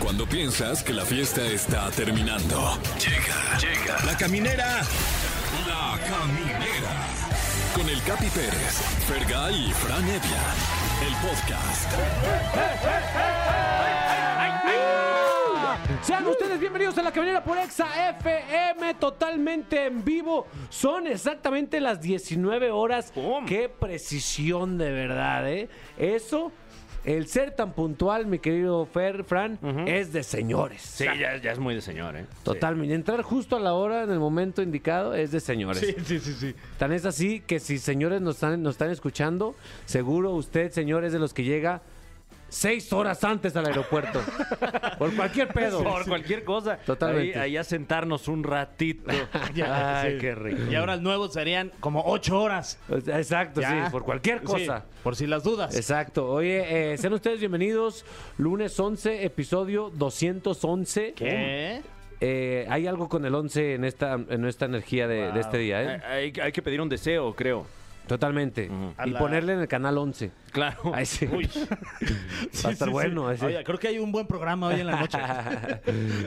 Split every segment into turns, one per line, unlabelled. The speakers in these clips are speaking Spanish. Cuando piensas que la fiesta está terminando. Llega, llega. La caminera. La caminera. Con el Capi Pérez, Fergay y Fran Evia. El podcast.
Sean ustedes bienvenidos a la caminera por Exa FM, totalmente en vivo. Son exactamente las 19 horas. Qué precisión de verdad, ¿eh? Eso, el ser tan puntual, mi querido Fer, Fran, es de señores.
Sí, ya, ya es muy de señor, ¿eh?
Totalmente. Entrar justo a la hora, en el momento indicado, es de señores.
Sí, sí, sí, sí.
Tan es así que si señores nos están, nos están escuchando, seguro usted, señores, de los que llega seis horas antes al aeropuerto. por cualquier pedo.
Por cualquier cosa.
Totalmente.
Ahí, ahí a sentarnos un ratito.
Ya,
Ay,
sí.
qué rico.
Y ahora el nuevo serían como ocho horas.
O sea, Exacto,
Ya.
Pues sí, por cualquier
Sí,
cosa.
por si las dudas.
Exacto. Oye, eh, sean ustedes bienvenidos. Lunes 11, episodio 211.
¿Qué?
Eh, hay algo con el 11 en esta, en esta energía de, de este día, ¿eh?
Hay, hay que pedir un deseo, creo.
Totalmente.
Eh, A
Y
la-
ponerle en el canal 11.
Claro.
Ahí sí.
Uy.
Va a estar bueno. ese.
Oye, creo que hay un buen programa hoy en la noche.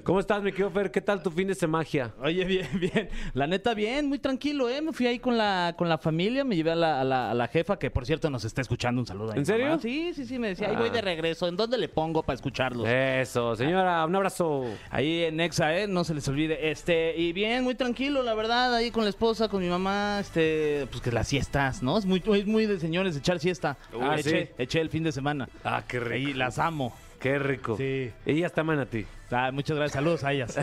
¿Cómo estás, mi querido Fer? ¿Qué tal tu fin de semagia?
Oye, bien, bien. La neta, bien, muy tranquilo, ¿eh? Me fui ahí con la, con la familia, me llevé a la, a la- a la jefa, que por cierto nos está escuchando. Un saludo. a mi
¿En serio? Ah.
mamá. Sí, sí, sí, me decía, ahí voy de regreso. ¿En dónde le pongo para escucharlos?
Eso, señora, un abrazo.
Ahí en Exa, ¿eh? No se les olvide. Este, y bien, muy tranquilo, la verdad, ahí con la esposa, con mi mamá, este, pues que las siestas, ¿no? Es muy, es muy de señores echar siesta.
Uy,
ah,
sí.
eché, eché el fin de semana.
Ah, qué
Y las amo.
Qué rico.
Sí.
Ella está manatí.
Ah, muchas gracias, saludos a ellas.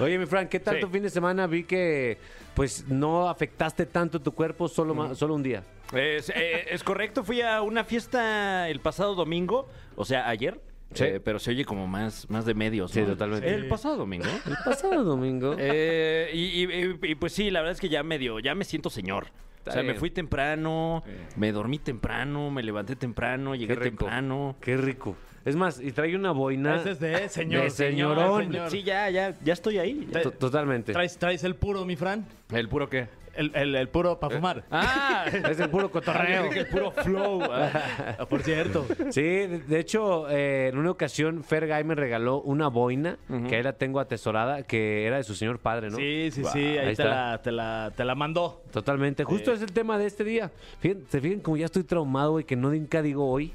Oye, mi Frank, ¿qué tal
Sí.
tu fin de semana? Vi que pues no afectaste tanto tu cuerpo solo, ma- solo un día.
Es, eh, es correcto, fui a una fiesta el pasado domingo, o sea, ayer.
Sí.
eh, pero se oye como más, más de medios.
Sí,
¿no?
totalmente.
El pasado domingo.
El pasado domingo.
Eh, y, y- y, pues sí, la verdad es que ya medio, ya me siento señor.
Está
o sea, me
bien.
fui temprano, me dormí temprano, me levanté temprano, llegué
rico.
temprano.
Qué rico. Es más, y trae una boina.
Ese es de eh, señor.
De
señor,
señorón.
señor.
Sí, ya, ya, ya estoy ahí.
To- Totalmente.
¿Traes, traes el puro, mi Fran.
¿El puro qué?
El, el- el puro
Eh,
para fumar.
Ah,
Es el puro cotorreo.
el puro flow.
Ah, por cierto.
Sí, de de hecho, eh, en una ocasión Fergay me regaló una boina que ahí la tengo atesorada, que era de su señor padre, ¿no?
Sí, sí, sí, ahí,
Ahí
te,
está.
la, te, la, te la mandó.
Totalmente. Justo es el tema de este día. Fíjense, ¿se fijan como ya estoy traumado, güey, que no nunca digo hoy.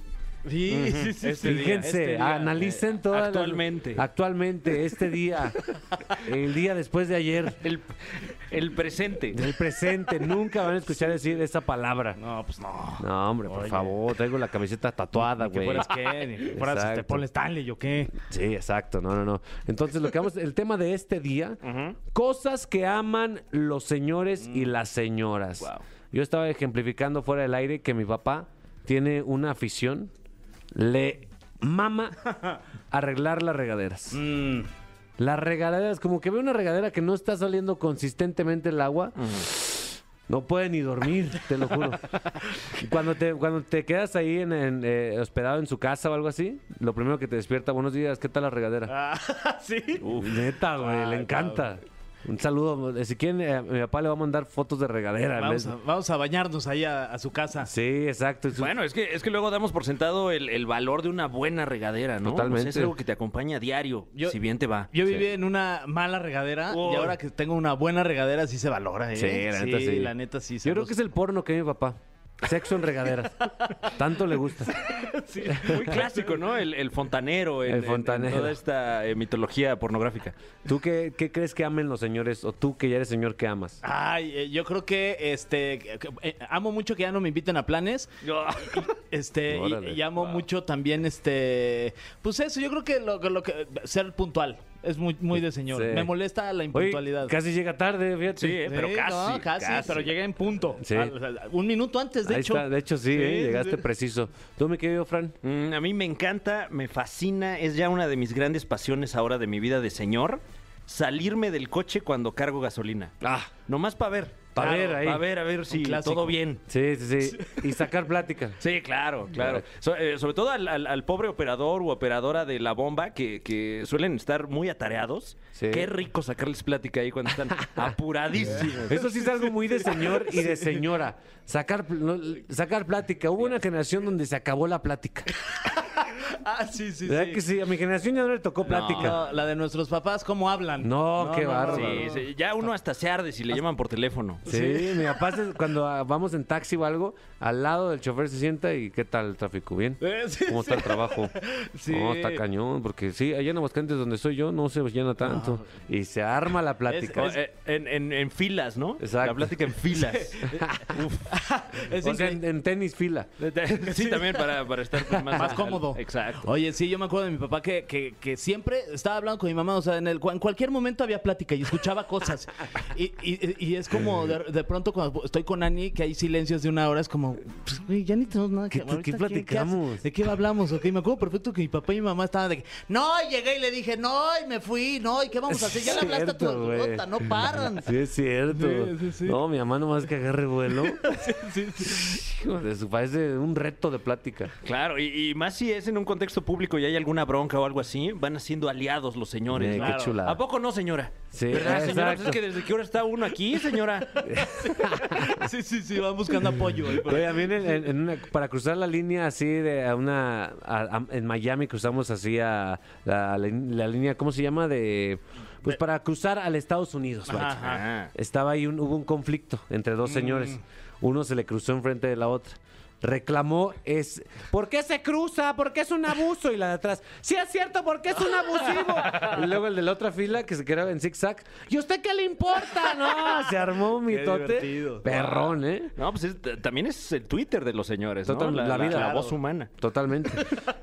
Sí, sí, sí.
Este día,
Fíjense,
este día,
analicen
eh,
todo.
actualmente.
actualmente, este día. el día después de ayer.
El, el presente.
El presente. Nunca van a escuchar decir esa palabra.
No, pues no.
No, hombre, por
Oye.
favor, traigo la camiseta tatuada,
Que
güey.
fueras qué, ni que fueras este,
Exacto.
Paul Stanley, yo qué.
Sí, exacto, no, no, no. Entonces, lo que vamos, el tema de este día, cosas que aman los señores y las señoras.
Guau.
Yo estaba ejemplificando fuera del aire que mi papá tiene una afición, le mama arreglar las regaderas.
Mm,
Las regaderas, como que ve una regadera que no está saliendo consistentemente el agua. No puede ni dormir, te lo juro. Y cuando te, cuando te quedas ahí en, en, eh, hospedado en su casa o algo así, lo primero que te despierta, buenos días, ¿qué tal la regadera?
Ah, sí.
Uf, neta, güey, le
Ay,
encanta. Un saludo. eh, Si quieren, eh, a mi papá le va a mandar fotos de regadera.
Vamos
¿no?
a, vamos a bañarnos ahí a, a su casa.
Sí, exacto. y sus-
Bueno, es que, es que luego damos por sentado el, el valor de una buena regadera, ¿no?
Totalmente.
O sea, es algo que te acompaña a diario,
Yo-
si bien te va.
Yo viví en una mala regadera
Uy.
y ahora que tengo una buena regadera sí se valora, ¿eh?
Sí, la neta sí.
la neta sí.
Yo creo que es el porno que ve mi papá. Sexo en regaderas. Tanto le gusta.
Muy clásico, ¿no? El, el fontanero, en-
El
en- en
fontanero.
toda esta eh, mitología pornográfica.
¿Tú qué, qué crees que amen los señores? O tú que ya eres señor, ¿qué amas?
Ay, eh, yo creo que este que- que- eh, amo mucho que ya no me inviten a planes. Este, y,
Órale.
y amo mucho también este pues eso, yo creo que lo, lo que ser puntual es muy muy de señor.
Sí.
Me molesta la
Oye,
impuntualidad.
casi llega tarde, fíjate.
Sí, eh, pero
Sí,
casi,
no, casi, pero llegué en punto.
Sí.
Al- al- un minuto antes, de
Ahí
hecho.
está, de hecho sí, eh, llegaste preciso. ¿Tú, mi querido Fran?
Mm, a mí me encanta, me fascina, es ya una de mis grandes pasiones ahora de mi vida de señor, salirme del coche cuando cargo gasolina.
Ah.
Nomás para ver.
Pa' ver ahí.
Para ver, a ver si
clásico.
todo bien.
Sí, sí, sí. Y sacar plática.
Sí, claro, claro. So- eh, sobre todo al, al- al pobre operador u operadora de la bomba que, que suelen estar muy atareados.
Sí.
Qué rico sacarles plática ahí cuando están apuradísimos.
Eso sí es algo muy de señor y de señora. Sacar, pl- no, sacar plática. Hubo una generación donde se acabó la plática.
Ah, sí, sí,
¿Verdad que sí? A mi generación ya no le tocó plática.
No, la de nuestros papás, ¿cómo hablan?
No, qué bárbaro.
Sí, sí, ya uno hasta se arde si le llaman por teléfono.
Sí, mi papá se- cuando ah, vamos en taxi o algo, al lado del chofer se sienta y ¿qué tal el tráfico? ¿Bien?
Eh, sí,
¿Cómo está el trabajo?
Sí.
No, está cañón, porque sí, allá en Aguascalientes donde soy yo no se llena tanto. Y se arma la plática.
O, eh, en, en- en filas, ¿no?
Exacto.
La plática en filas.
Es
O sea, en,
increíble.
en tenis fila.
sí, también para, para estar pues, más,
Más cómodo.
Exacto.
Oye, sí, yo me acuerdo de mi papá que, que- que siempre estaba hablando con mi mamá, o sea, en, el, cu- en cualquier momento había plática y escuchaba cosas. Y, y- y es como de, de pronto cuando estoy con Ani, que hay silencios de una hora, es como, pues, güey, ya ni tenemos nada que
¿Qué- qué
ahorita,
platicamos?
hace- ¿De qué hablamos? Ok, me acuerdo perfecto que mi papá y mi mamá estaban de que, no, llegué y le dije, no, y me fui, no, ¿y qué vamos a hacer? Ya le hablaste a tu
Cierto, güey.
nota, no paran.
Sí, es cierto.
Sí, sí, sí.
No, mi mamá nomás que agarre vuelo. Hijo de su- Parece un reto de plática.
Claro, y, y más si es en un contexto público y hay alguna bronca o algo así, van siendo aliados los señores.
Eh, qué
Claro.
chulada.
¿A poco no, señora?
Sí,
¿Verdad, señora? Pues
exacto.
es que desde qué hora está uno aquí, señora.
Sí, sí, sí, van buscando apoyo. ahí por-
Oye, a mí en- en- en una- para cruzar la línea así de a una... a- a- en Miami cruzamos así a la, la- la línea, ¿cómo se llama? De... Pues para cruzar al Estados Unidos. vaya.
Ajá.
Estaba ahí, un- hubo un conflicto entre dos señores. Uno se le cruzó enfrente de la otra. Reclamó, es, ¿por qué se cruza? ¿Por qué es un abuso? Y la de atrás, sí es cierto, ¿por qué es un abusivo? Y luego el de la otra fila, que se quedaba en zigzag, ¿y a usted qué le importa? No, se armó un mitote.
divertido.
Perrón, ¿eh?
No, pues es- t- también es el Twitter de los señores, ¿no?
Total, la vida.
la voz humana.
Totalmente.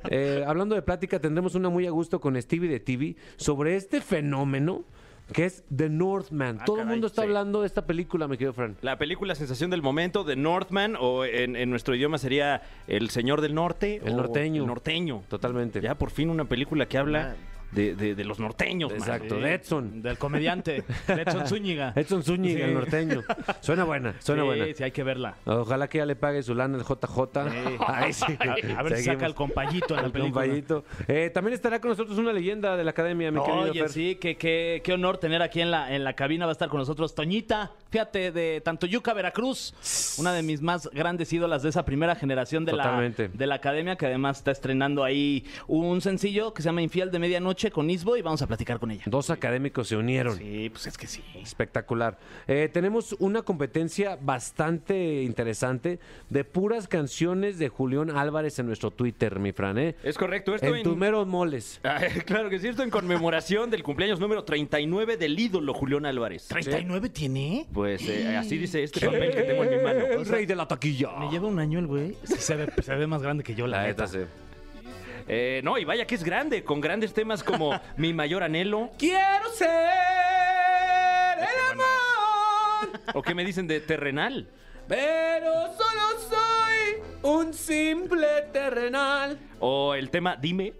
Eh, hablando de plática, tendremos una muy a gusto con Stevie de TV sobre este fenómeno que es The Northman.
Ah,
Todo el
caray,
mundo está
sí.
hablando de esta película, mi querido Fran.
La película sensación del momento de Northman, o en, en nuestro idioma sería El Señor del Norte.
El
o
norteño.
El norteño.
Totalmente.
Ya por fin una película que habla de, de- de los norteños. man.
Exacto, de Edson.
Del comediante, de Edson Zúñiga.
Edson Zúñiga,
Sí.
el norteño. Suena buena, suena
sí,
buena.
Sí, hay que verla.
Ojalá que ya le pague su lana el JJ. Ay, sí.
A, a ver si
Seguimos.
saca el compañito en la
Al
película.
compayito. Eh, también estará con nosotros una leyenda de la academia, mi querido
Oye,
Fer.
sí, que- que- qué, honor tener aquí en la, en la cabina. Va a estar con nosotros Toñita, fíjate, de Tantoyuca, Veracruz. Una de mis más grandes ídolas de esa primera generación de, la,
Totalmente.
de la academia, que además está estrenando ahí un sencillo que se llama Infiel de Medianoche con Isbo y vamos a platicar con ella.
Dos académicos se unieron.
Sí, pues es que sí.
Espectacular. Eh, tenemos una competencia bastante interesante de puras canciones de Julián Álvarez en nuestro Twitter, mi Fran. ¿eh?
Es correcto. Esto
En tus meros moles.
Ah, claro que sí, esto en conmemoración del cumpleaños número 39 del ídolo Julián Álvarez.
¿39 tiene?
Pues eh, así dice este papel que tengo en mi mano.
El rey de la taquilla.
Me lleva un año el güey. Sí, se ve, se ve más grande que yo,
La
la, neta.
neta, sí.
Eh, no, y vaya que es grande, con grandes temas como Mi Mayor Anhelo,
Quiero ser el amor,
o que me dicen de Terrenal.
pero solo soy un simple terrenal.
O el tema Dime.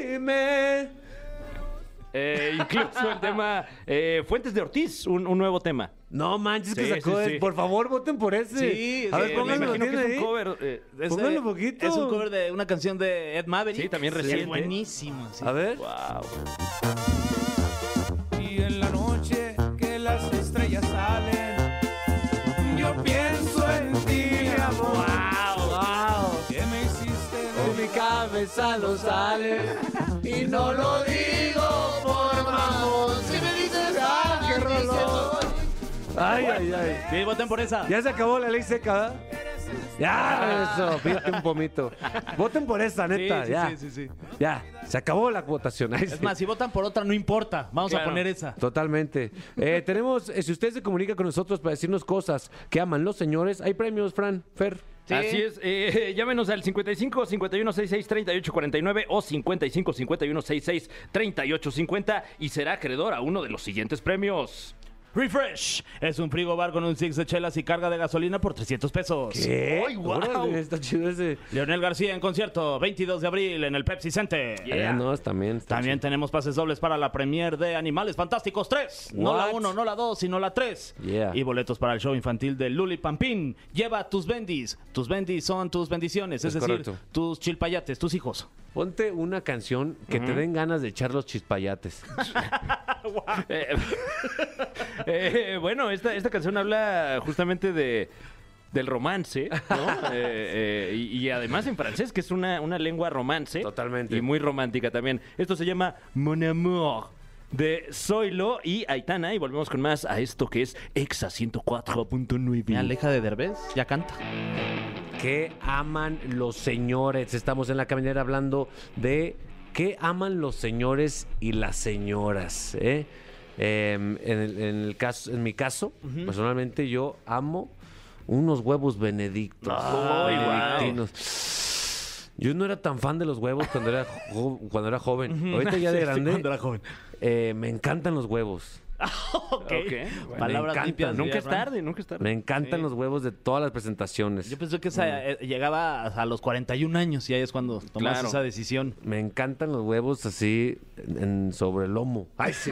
Dime.
Eh, incluso el tema eh, Fuentes de Ortiz, un, un nuevo tema.
No manches que
Sí,
sacó
sí,
el-
sí.
Por favor, voten por ese.
Sí,
a
sí,
ver,
Eh,
pónganlo,
me
pónganlo.
imagino que
¿tiene
es un
ahí?
cover. eh,
Es,
Póngalo
eh,
Pues poquito.
Es un cover de una canción de Ed Maverick.
Sí, también
Es
reciente.
buenísimo. sí.
A ver.
wow.
Y en la noche que las estrellas salen, yo pienso en ti, mi amor. Que me hiciste
De mi cabeza lo sale y no lo digo por mamón. Si me dices ah, qué rolón. Ay, ay, ay.
Sí, voten por esa.
Ya se acabó la ley seca, ¿verdad? Ya, eso, pídete un pomito. Voten por esa, neta,
sí,
ya.
sí, sí, sí.
Ya, se acabó la votación. Ahí
Es
sí.
más, si votan por otra, no importa. Vamos a
Claro.
poner esa.
Totalmente. Eh, tenemos, eh, si usted se comunica con nosotros para decirnos cosas que aman los señores, hay premios, Fran, Fer.
Así es, eh, llámenos al 55 51 66 38 49 o 55 51 66 38 50 y será acreedor a uno de los siguientes premios.
Refresh es un frigo bar con un six de chelas y carga de gasolina por 300 pesos.
¿Qué?
¡Ay, guau!
Órale, está chido ese.
Leonel García en concierto, 22 de abril en el Pepsi Center.
Yeah.
Ah, no, también. está
También
chido.
tenemos pases dobles para la premier de Animales Fantásticos 3. No la
What?
1, no la 2, sino la 3.
Yeah.
Y boletos para el show infantil de Luli Pampín. Lleva tus bendis. Tus bendis son tus bendiciones, es,
Es
decir,
correcto.
tus chilpayates, tus hijos.
Ponte una canción que te den ganas de echar los chispayates.
Eh, eh, bueno, esta, esta canción habla justamente de, del romance, ¿no? Eh, eh, y, y además en francés, que es una, una lengua romance.
Totalmente.
Y muy romántica también. Esto se llama Mon Amour de Zoilo y Aitana. Y volvemos con más a esto que es Exa 104.9.
Me aleja de Derbez, ya canta.
¿Qué aman los señores? Estamos en la caminera hablando de qué aman los señores y las señoras. ¿eh? Em, en, el, en el caso, en mi caso, personalmente yo amo unos huevos benedictos.
Ay, guau.
benedictinos. Yo no era tan fan de los huevos cuando era, jo- cuando era joven. Ahorita ya de grande,
Cuando era joven.
eh, me encantan los huevos.
Ok.
Me
Palabras
encantan.
limpias.
Nunca
ya,
es
Fran.
tarde, nunca es
Me
tarde.
encantan los huevos de todas las presentaciones.
Yo pensé que esa,
Mm.
eh, llegaba a a los 41 años y ahí es cuando tomas
Claro.
esa decisión.
Me encantan los huevos así en, en- sobre el lomo. Ay, sí.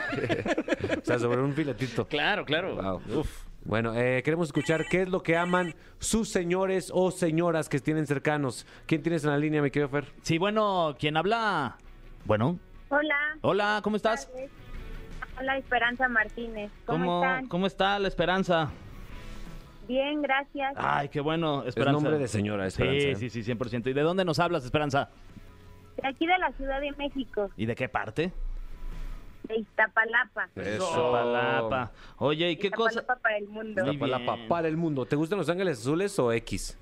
o sea, sobre un filetito.
Claro, claro.
Wow.
Uf.
Bueno, eh, queremos escuchar qué es lo que aman sus señores o señoras que tienen cercanos. ¿Quién tienes en la línea, mi querido Fer?
Sí, bueno, ¿quién habla? Bueno.
Hola.
Hola, ¿cómo estás?
Hola, Esperanza Martínez. ¿Cómo, están?
¿Cómo está la esperanza?
Bien, gracias.
Ay, qué bueno,
Es
esperanza.
nombre de señora, Esperanza. ¿eh?
Sí, sí, sí, 100%. ¿Y de dónde nos hablas, esperanza?
De aquí de la Ciudad de México,
¿Y de qué parte?
de Iztapalapa.
Eso.
Palapa. Oye, ¿y Eh, qué cosa?
Iztapalapa para el mundo.
Muy
Iztapalapa
bien.
para el mundo. ¿Te gustan Los Ángeles Azules o X?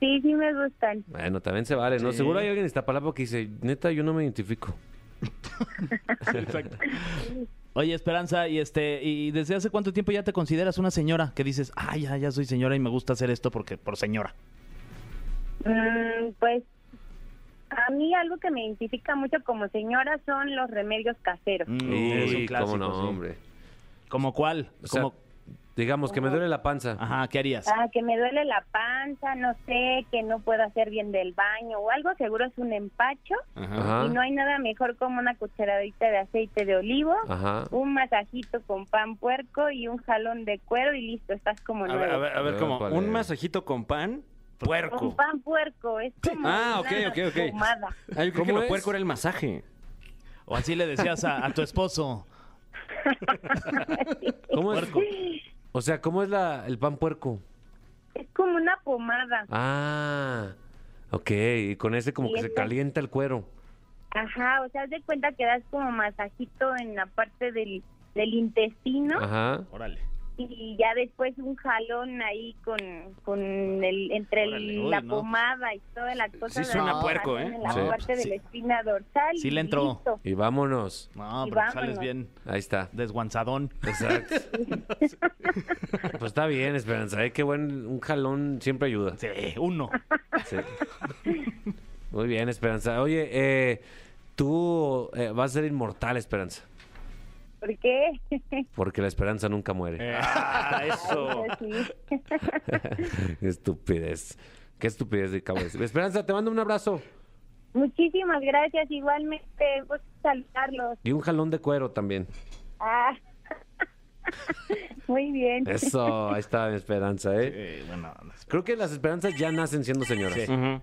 Sí, sí me gustan.
Bueno, también se vale, ¿no?
Sí.
Seguro hay alguien en Iztapalapa que dice, neta, yo no me identifico.
Oye, Esperanza, y este, ¿y desde hace cuánto tiempo ya te consideras una señora? Que dices, ah, ya, ya soy señora y me gusta hacer esto porque por señora.
Mm, pues a mí algo que me identifica mucho como señora son los remedios caseros.
Mm,
Uy, cómo no,
sí.
hombre.
¿Como cuál?
O sea,
Como-
digamos que me duele la panza.
Ajá, ¿qué harías?
Ah, que me duele la panza, no sé, que no puedo hacer bien del baño o algo, seguro es un empacho.
Ajá.
Y no hay nada mejor como una cucharadita de aceite de olivo,
Ajá.
un masajito con pan puerco y un jalón de cuero y listo, estás como
A
nuevo.
ver, a ver, a ver,
Ah,
como
¿cuál
un
es?
masajito con pan,
Un
puerco.
pan puerco, es como
Ah, ok,
una
ok, ok.
fumada.
Ay, Ah, yo creo que
¿Cómo
lo
es?
puerco era el masaje.
O así le decías a, a tu esposo.
¿Cómo es?
Puerco.
O sea, ¿cómo es la, el pan puerco?
Es como una pomada.
Ah, ok. Y con ese como
Sí,
que
es
se
la-
calienta el cuero.
Ajá, o sea, haz de cuenta que das como masajito en la parte del, del intestino
Ajá.
Órale.
y ya después un jalón ahí con, con el, entre el-
Órale, uy,
la
no.
pomada y toda la cosa.
Sí
de
suena
la
puerco,
masajón
¿eh?
En la
Sí.
parte de
Sí.
la espina dorsal.
Sí
y
le entró.
listo.
Y vámonos.
No,
Y
pero pues, sales
vámonos.
bien
Ahí está.
desguanzadón.
Exacto. pues está bien, Esperanza. ¿eh? Qué buen, un jalón siempre ayuda.
Sí, uno.
Sí. Muy bien, Esperanza. Oye, eh, tú eh, vas a ser inmortal, Esperanza.
¿Por qué?
Porque la esperanza nunca muere.
Ah, eso.
Sí.
Estupidez. Qué estupidez de cabeza. Esperanza, te mando un abrazo.
Muchísimas gracias, igualmente, gusto saludarlos.
Y un jalón de cuero también.
Ah. Muy bien.
Eso, ahí está mi esperanza, ¿eh?
Eh, bueno,
Creo que las esperanzas ya nacen siendo señoras.
Ujú.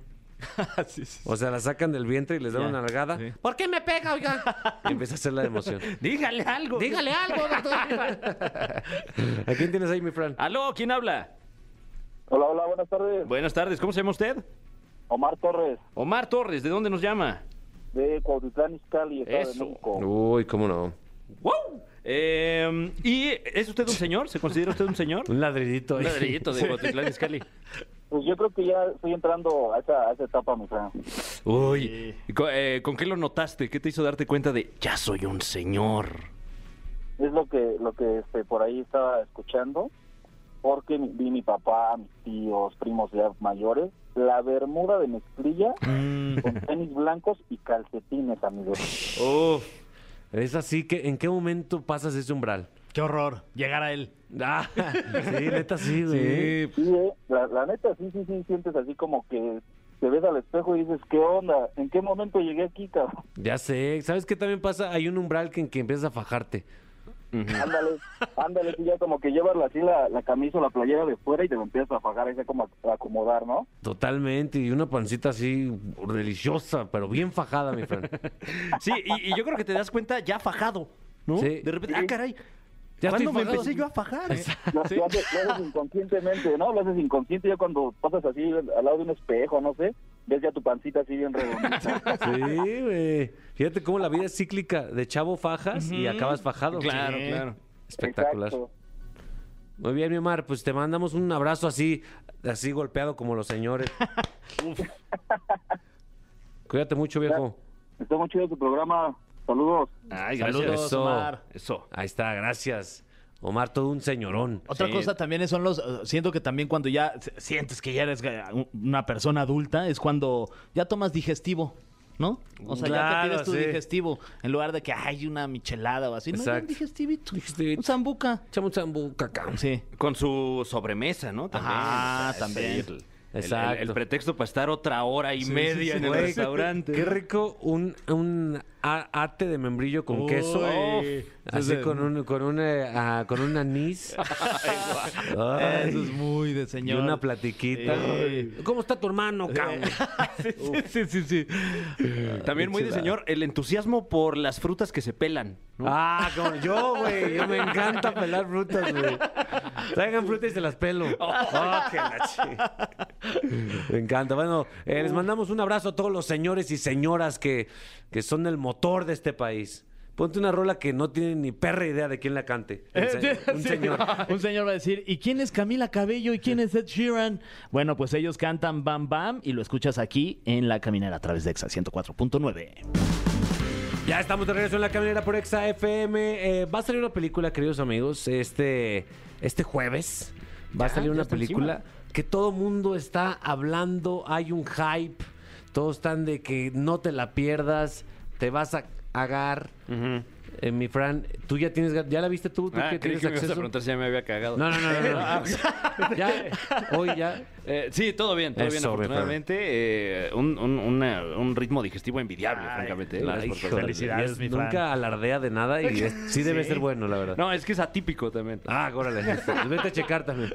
sí, sí.
O sea, la sacan del vientre y les dan
Ya,
una nalgada.
sí.
¿Por qué me pega, oiga? Y empieza a hacer la emoción.
Dígale algo.
Dígale algo, doctora. ¿A quién tienes ahí, mi Fran?
Aló, ¿quién habla?
Hola, hola, buenas tardes.
Buenas tardes, ¿cómo se llama usted?
Omar Torres,
Omar Torres, ¿de dónde nos llama?
de Cuautitlán, Izcalli, Estado
Eso.
de México.
Uy, cómo no.
¡Wow! Eh, ¿Y es usted un señor? ¿Se considera usted un señor?
Un ladridito ahí.
Un ladrillito de Cuautitlán Izcalli.
Pues yo creo que ya estoy entrando a esa, a esa etapa, mi Fran.
Uy, ¿y co- eh, ¿con qué lo notaste? ¿Qué te hizo darte cuenta de ya soy un señor?
Es lo que, lo que este, por ahí estaba escuchando, porque mi- vi mi papá, mis tíos, primos ya mayores, la bermuda de mezclilla con tenis blancos y calcetines, amigos.
Uf.
Es así que, ¿en qué momento pasas ese umbral?
Qué horror llegar a él.
Ah, sí, neta, sí, güey.
Sí, eh, la, la neta, sí, sí, sí, sientes así como que te ves al espejo y dices, ¿qué onda? ¿En qué momento llegué aquí, cabrón?
Ya sé. ¿Sabes qué también pasa? Hay un umbral que, en que empiezas a fajarte.
Ándale, ándale, tú ya como que llevas así la, la camisa o la playera de fuera y te lo empiezas a pagar ahí como a, a acomodar, ¿no?
Totalmente. Y una pancita así deliciosa, pero bien fajada, mi Fran.
Sí, y, y yo creo que te das cuenta ya fajado, ¿no?
Sí.
De repente, ah, caray.
Ya estoy
¿Cuándo me
fajado.
empecé yo a fajar? eh?
Lo, lo haces, lo haces inconscientemente, ¿no? Lo haces inconsciente. Ya cuando pasas así al lado de un espejo, no sé, ves ya tu pancita así bien redondita.
Sí, güey. Fíjate cómo la vida es cíclica. De chavo fajas y acabas fajado.
Claro,
Sí.
claro.
Espectacular.
Exacto.
Muy bien, mi Omar. Pues te mandamos un abrazo así, así golpeado como los señores. Cuídate mucho, viejo.
Está muy chido tu programa. Saludos.
Ay, gracias.
Saludos,
Eso.
Omar.
Eso.
Ahí está, gracias. Omar, todo un señorón.
Otra
Sí.
cosa también son los. eh, Siento que también cuando ya s- sientes que ya eres eh, un- una persona adulta es cuando ya tomas digestivo, ¿no? O sea, ya te
Claro,
pides tu
sí.
digestivo en lugar de que hay una michelada o así. No, ya un
Exacto.
digestivito.
Digestivito.
Un zambuca.
Echamos un cacao.
Sí.
Con su sobremesa, ¿no? También. O
Ajá,
sea, es
también.
el- el- El,
Exacto.
el pretexto para estar otra hora y media en el
Güey,
restaurante.
Qué rico un, un a- ate de membrillo con queso.
Uy.
Así
Ese-
con un, con un, eh, ah, con un anís. Ay,
Ah, Eso es muy de
y
señor.
una platiquita.
Ay.
¿Cómo está tu hermano, cabrón?
sí, sí, sí.
También muy de señor el entusiasmo por las frutas que se pelan.
Ah, como yo, güey. Yo me encanta pelar frutas, güey. Traigan frutas y se las pelo. Oh, qué la chi- me encanta. Bueno, eh, les mandamos un abrazo a todos los señores y señoras que, que son el motor de este país. Ponte una rola que no tiene ni perra idea de quién la cante. Un, se- un
Eh, Sí.
señor.
Un señor va a decir, ¿y quién es Camila Cabello y quién es Ed Sheeran? Bueno, pues ellos cantan Bam Bam y lo escuchas aquí en La Caminera a través de Exa 104.9.
Ya estamos de regreso en la caminera por Exa FM. Eh, va a salir una película, queridos amigos, este, este jueves. Va a
Ya,
salir
ya
una
está
película que todo mundo está hablando. Hay un hype. Todos están de que no te la pierdas. Te vas a cagar. Eh, mi Fran, tú ya tienes. ga- ¿Ya la viste tú? ¿Tú
Ah,
que
creí
tienes
que me ibas a
acceso?
preguntar si ya me había cagado. Ah, pues,
No, no, no, no. no. ya, hoy ya.
Eh, sí, todo bien, todo bien,
Eso, mi
afortunadamente. Eh, un, un- una- un ritmo digestivo envidiable, francamente. eh. Gracias por
Híjole,
todo.
Felicidades, mi Fran.
Nunca alardea de nada y es- sí debe ser bueno, la verdad.
No, es que es atípico también.
Ah, órale. Vete a checar también.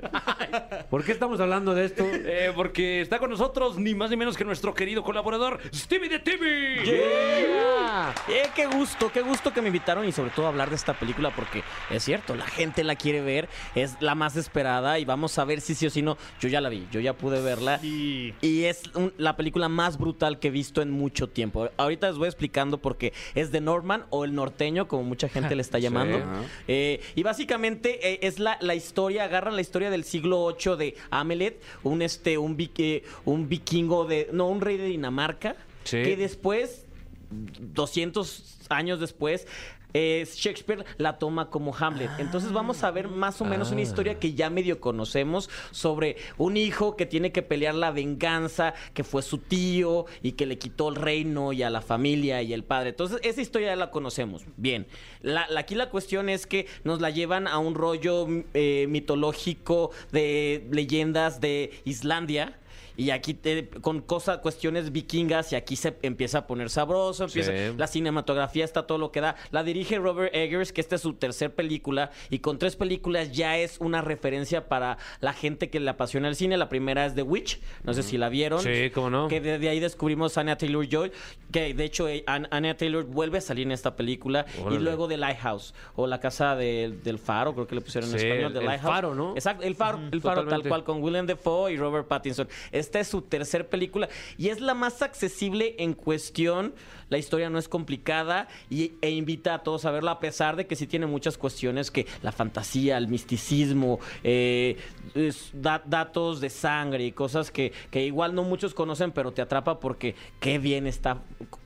¿Por qué estamos hablando de esto?
Eh, porque está con nosotros ni más ni menos que nuestro querido colaborador, Stevie de TV.
Yeah.
Eh, qué gusto, qué gusto que me invitaron y sobre todo hablar de esta película porque es cierto, la gente la quiere ver, es la más esperada y vamos a ver si sí o si no. Yo ya la vi, yo ya pude verla
Y
y es un- la película más brutal que he visto en mucho tiempo. Ahorita les voy explicando porque es de Norman o el norteño, como mucha gente le está llamando.
Ajá.
Eh, y básicamente eh, es la, la historia, agarran la historia del siglo VIII de Amelet, un, este, un, vi- eh, un vikingo de, no, un rey de Dinamarca,
Sí.
que después, 200 años después, eh, Shakespeare la toma como Hamlet. Entonces vamos a ver más o menos una historia que ya medio conocemos sobre un hijo que tiene que pelear la venganza, que fue su tío y que le quitó el reino y a la familia y el padre. Entonces esa historia ya la conocemos. Bien, La- la- aquí la cuestión es que nos la llevan a un rollo mm, eh, mitológico de leyendas de Islandia. Y aquí te- con cosas, cuestiones vikingas, y aquí se empieza a poner sabroso, empieza,
Sí.
la cinematografía está todo lo que da. La dirige Robert Eggers, que esta es su tercer película, y con tres películas ya es una referencia para la gente que le apasiona el cine. La primera es The Witch, no sé si la vieron.
Sí, cómo no.
Que desde ahí descubrimos a Anya Taylor Joy, que de hecho eh, An- Anya Taylor vuelve a salir en esta película.
Órale.
Y luego The Lighthouse, o La Casa de- del Faro, creo que le pusieron en
Sí,
español. The
el- el
Lighthouse.
Faro, ¿no?
Exacto, El Faro, el Faro
totalmente.
tal cual, con William Defoe y Robert Pattinson. Esta es su tercer película y es la más accesible en cuestión. La historia no es complicada y, e invita a todos a verla, a pesar de que sí tiene muchas cuestiones que la fantasía, el misticismo, eh, es- da- datos de sangre y cosas que, que igual no muchos conocen, pero te atrapa porque qué bien está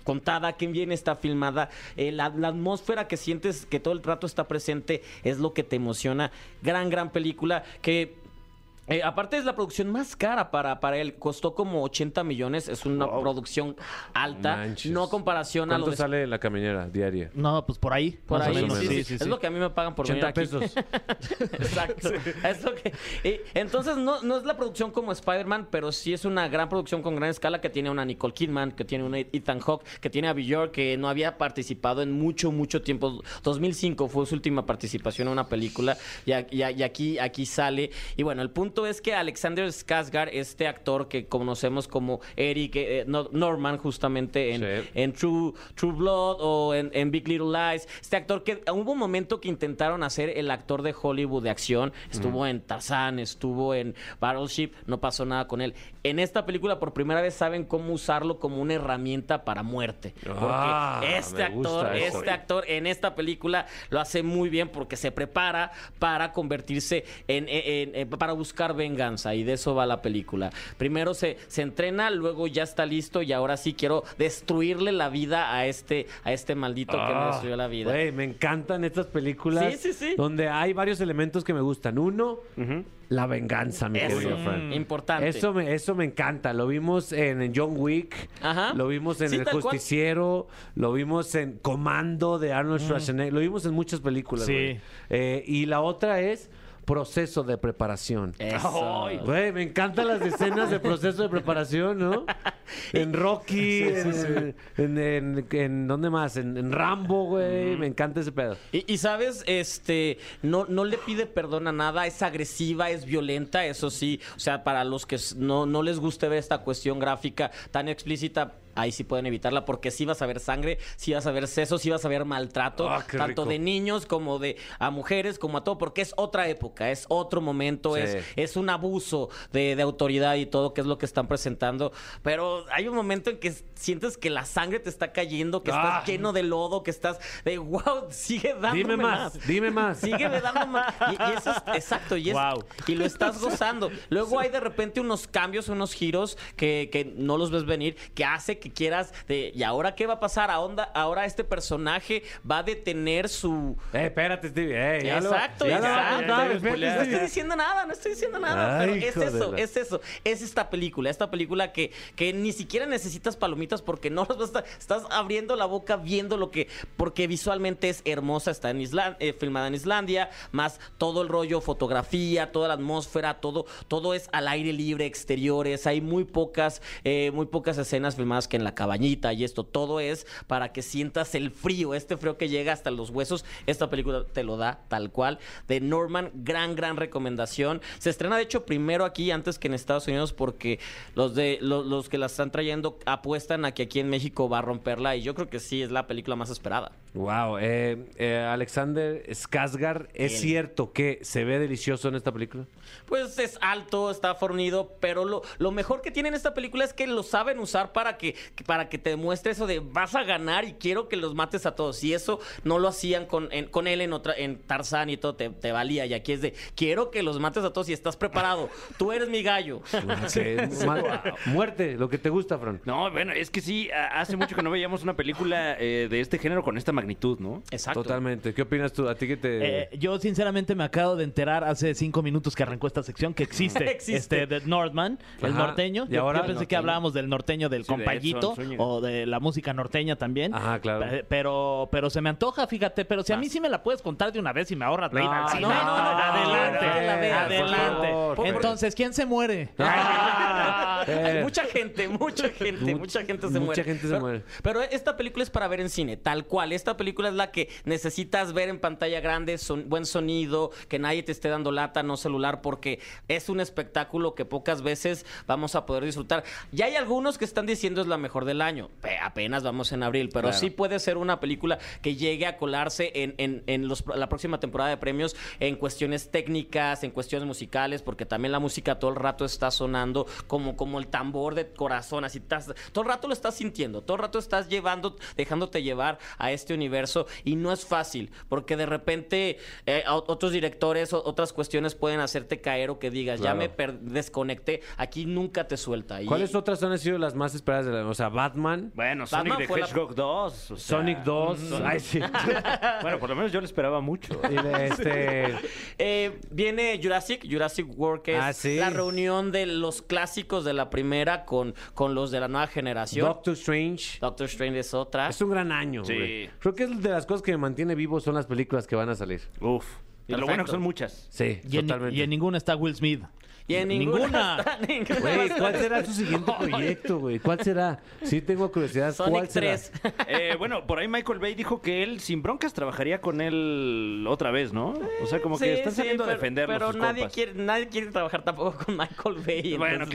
contada, qué bien está filmada. eh, la, la atmósfera que sientes que todo el rato está presente es lo que te emociona. Gran, gran película que eh, aparte es la producción más cara para, para él. Costó como 80 millones. Es una producción alta.
Manches.
No comparación a lo
¿Cuánto
de...
sale de la caminera diaria?
no, pues por ahí.
Por
más o
ahí.
menos.
Sí,
Sí,
sí, Es lo que a mí me pagan por venir
80
aquí.
pesos.
Exacto. Es lo que- eh, entonces, no, no es la producción como Spider-Man, pero sí es una gran producción con gran escala que tiene una Nicole Kidman, que tiene una Ethan Hawke, que tiene a Bjork, que no había participado en mucho, mucho tiempo. 2005 fue su última participación en una película y, a- y a- y aquí, aquí sale. Y bueno, el punto esto es que Alexander Skarsgård, este actor que conocemos como Eric eh, no- Norman justamente en,
Sí.
en True, True Blood o en, en Big Little Lies, este actor que hubo un momento que intentaron hacer el actor de Hollywood de acción, estuvo en Tarzan, estuvo en Battleship, no pasó nada con él. En esta película por primera vez saben cómo usarlo como una herramienta para muerte, porque
Ah,
este
me gusta
actor,
eso.
este actor en esta película lo hace muy bien porque se prepara para convertirse en, en- en- para buscar venganza y de eso va la película. Primero se, se entrena, luego ya está listo y ahora sí quiero destruirle la vida a este, a este maldito que me
Ah,
destruyó la vida.
güey, me encantan estas películas.
Sí, sí, sí.
Donde hay varios elementos que me gustan. Uno, la venganza, mi
Eso, mm,
querido Fran.
importante.
Eso me, eso me encanta. Lo vimos en John Wick.
Ajá.
Lo vimos en
Sí,
El
tal cual.
Justiciero. Lo vimos en Comando de
Mm.
Arnold Schwarzenegger. Lo vimos en muchas películas.
Sí.
güey. Eh, y la otra es proceso de preparación.
Eso.
Güey, me encantan las escenas de proceso de preparación, ¿no? En Rocky, en, en- en- en- ¿dónde más? En, en Rambo, güey. Me encanta ese pedo.
Y, y, sabes, este, no, no le pide perdón a nada, es agresiva, es violenta, eso sí. O sea, para los que s- no, no les guste ver esta cuestión gráfica tan explícita, ahí sí pueden evitarla, porque sí vas a ver sangre, sí vas a ver sesos, sí vas a ver maltrato,
Ah, qué
tanto
rico.
de niños como de a mujeres, como a todo, porque es otra época, es otro momento,
Sí.
es, es un abuso de, de autoridad y todo, que es lo que están presentando. Pero hay un momento en que s- sientes que la sangre te está cayendo, que
Ah.
estás lleno de lodo, que estás de wow, sigue dando
Dime
dándome
más, dime más.
Sígueme dando más. Y, y eso es exacto. Y, es- y lo estás gozando. Luego hay de repente unos cambios, unos giros que, que no los ves venir, que hace que quieras de, ¿y ahora qué va a pasar? ¿A onda, ahora este personaje va a detener su...
Eh, espérate, Stevie. eh, ya lo-
Exacto,
ya lo va a
exacto.
contar,
No
espérate,
estoy
Stevie.
diciendo nada, no estoy diciendo nada.
Ay,
pero es
hijo de
eso,
la-
es eso. Es esta película, esta película que, que ni siquiera necesitas palomitas porque no las vas a estar- Estás abriendo la boca viendo lo que. Porque visualmente es hermosa, está en Islandia, filmada en Islandia, más todo el rollo, fotografía, toda la atmósfera, todo, todo es al aire libre, exteriores. Hay muy pocas, eh, muy pocas escenas filmadas que en la cabañita y esto. Todo es para que sientas el frío, este frío que llega hasta los huesos. Esta película te lo da tal cual. De Norman, gran, gran recomendación. Se estrena, de hecho, primero aquí antes que en Estados Unidos porque los, de, lo- los que la están trayendo apuestan a que aquí en México va a romperla y yo creo que sí es la película más esperada.
Wow, eh, eh, Alexander Skarsgård, ¿es
Él.
cierto que se ve delicioso en esta película?
Pues es alto, está fornido, pero lo, lo mejor que tiene en esta película es que lo saben usar para que, que- para que te muestre eso de vas a ganar y quiero que los mates a todos. Y eso no lo hacían con, en- con él en otra, en Tarzán y todo, te, te valía. Y aquí es de quiero que los mates a todos y estás preparado. Tú eres mi gallo.
Que- ma- Muerte, lo que te gusta, Fran.
No, bueno, es que sí, a- hace mucho que no veíamos una película eh, de este género con esta magnitud, ¿no?
Exacto.
Totalmente. ¿Qué opinas tú? A ti que te...
Eh, yo sinceramente me acabo de enterar hace cinco minutos que arrancó esta sección que existe,
Existe.
este The Northman, el
Ajá.
norteño.
Y
Yo,
ahora-
yo pensé que
Norteño.
hablábamos del norteño del
Sí, de
compayito
Edson Zúñiga.
o de la música norteña también.
Ajá, claro.
Pe- Pero, pero se me antoja, fíjate, pero si a mí sí me la puedes contar de una vez y me ahorra
No,
trina. Sí,
no, no, no,
adelante,
no, no, no, no, no, no,
adelante.
por favor.
Entonces, ¿quién se muere?
Ah,
Hay
eh.
mucha gente, mucha gente,
Mucha-
mucha gente se
mucha
muere.
gente se
pero,
muere.
Pero esta película es para ver en cine, tal cual. Esta película es la que necesitas ver en pantalla grande, son- buen sonido, que nadie te esté dando lata, no celular, porque es un espectáculo que pocas veces vamos a poder disfrutar. Ya hay algunos que están diciendo es la mejor del año. Pe- Apenas vamos en abril, pero
Claro.
sí puede ser una película que llegue a colarse en, en- en los- la próxima temporada de premios en cuestiones técnicas, en cuestiones musicales, porque también la música todo el rato está sonando como, como el tambor de corazón, así estás, todo el rato lo estás sintiendo, todo el rato estás llevando, dejándote llevar a este universo y no es fácil, porque de repente eh, a- otros directores, o- otras cuestiones pueden hacerte caer o que digas,
Claro.
ya me per- desconecté, aquí nunca te suelta. Y-
¿Cuáles otras han sido las más esperadas de la... O sea, Batman,
Bueno,
Batman
Sonic the
fue la-
Hedgehog 2. o sea,
Sonic 2... Ay, sí.
Bueno, por lo menos yo lo esperaba mucho. ¿eh?
Y de este...
Eh, viene Jurassic, Jurassic World, que es
Ah, sí.
la reunión de los clásicos de la primera con, con los de la nueva generación.
Doctor Strange.
Doctor Strange es otra.
Es un gran año,
Sí.
güey. Creo que es de las cosas que me mantiene vivo son las películas que van a salir.
Uf. Lo bueno que
Perfecto.
son muchas.
Sí,
Y en,
totalmente.
y en ninguna está Will Smith.
Y en
Ninguna.
ninguna. está, ninguna
Güey,
está.
¿cuál será su siguiente proyecto, güey? ¿Cuál será? Sí tengo curiosidad. ¿Cuál
Sonic
será?
3.
Eh, bueno, por ahí Michael Bay dijo que él sin broncas trabajaría con él otra vez, ¿no? O sea, como que
Sí,
están
sí,
saliendo a
pero-
defenderlo.
Pero
sus
nadie
compas.
quiere, nadie quiere trabajar tampoco con Michael Bay.
Bueno,
entonces-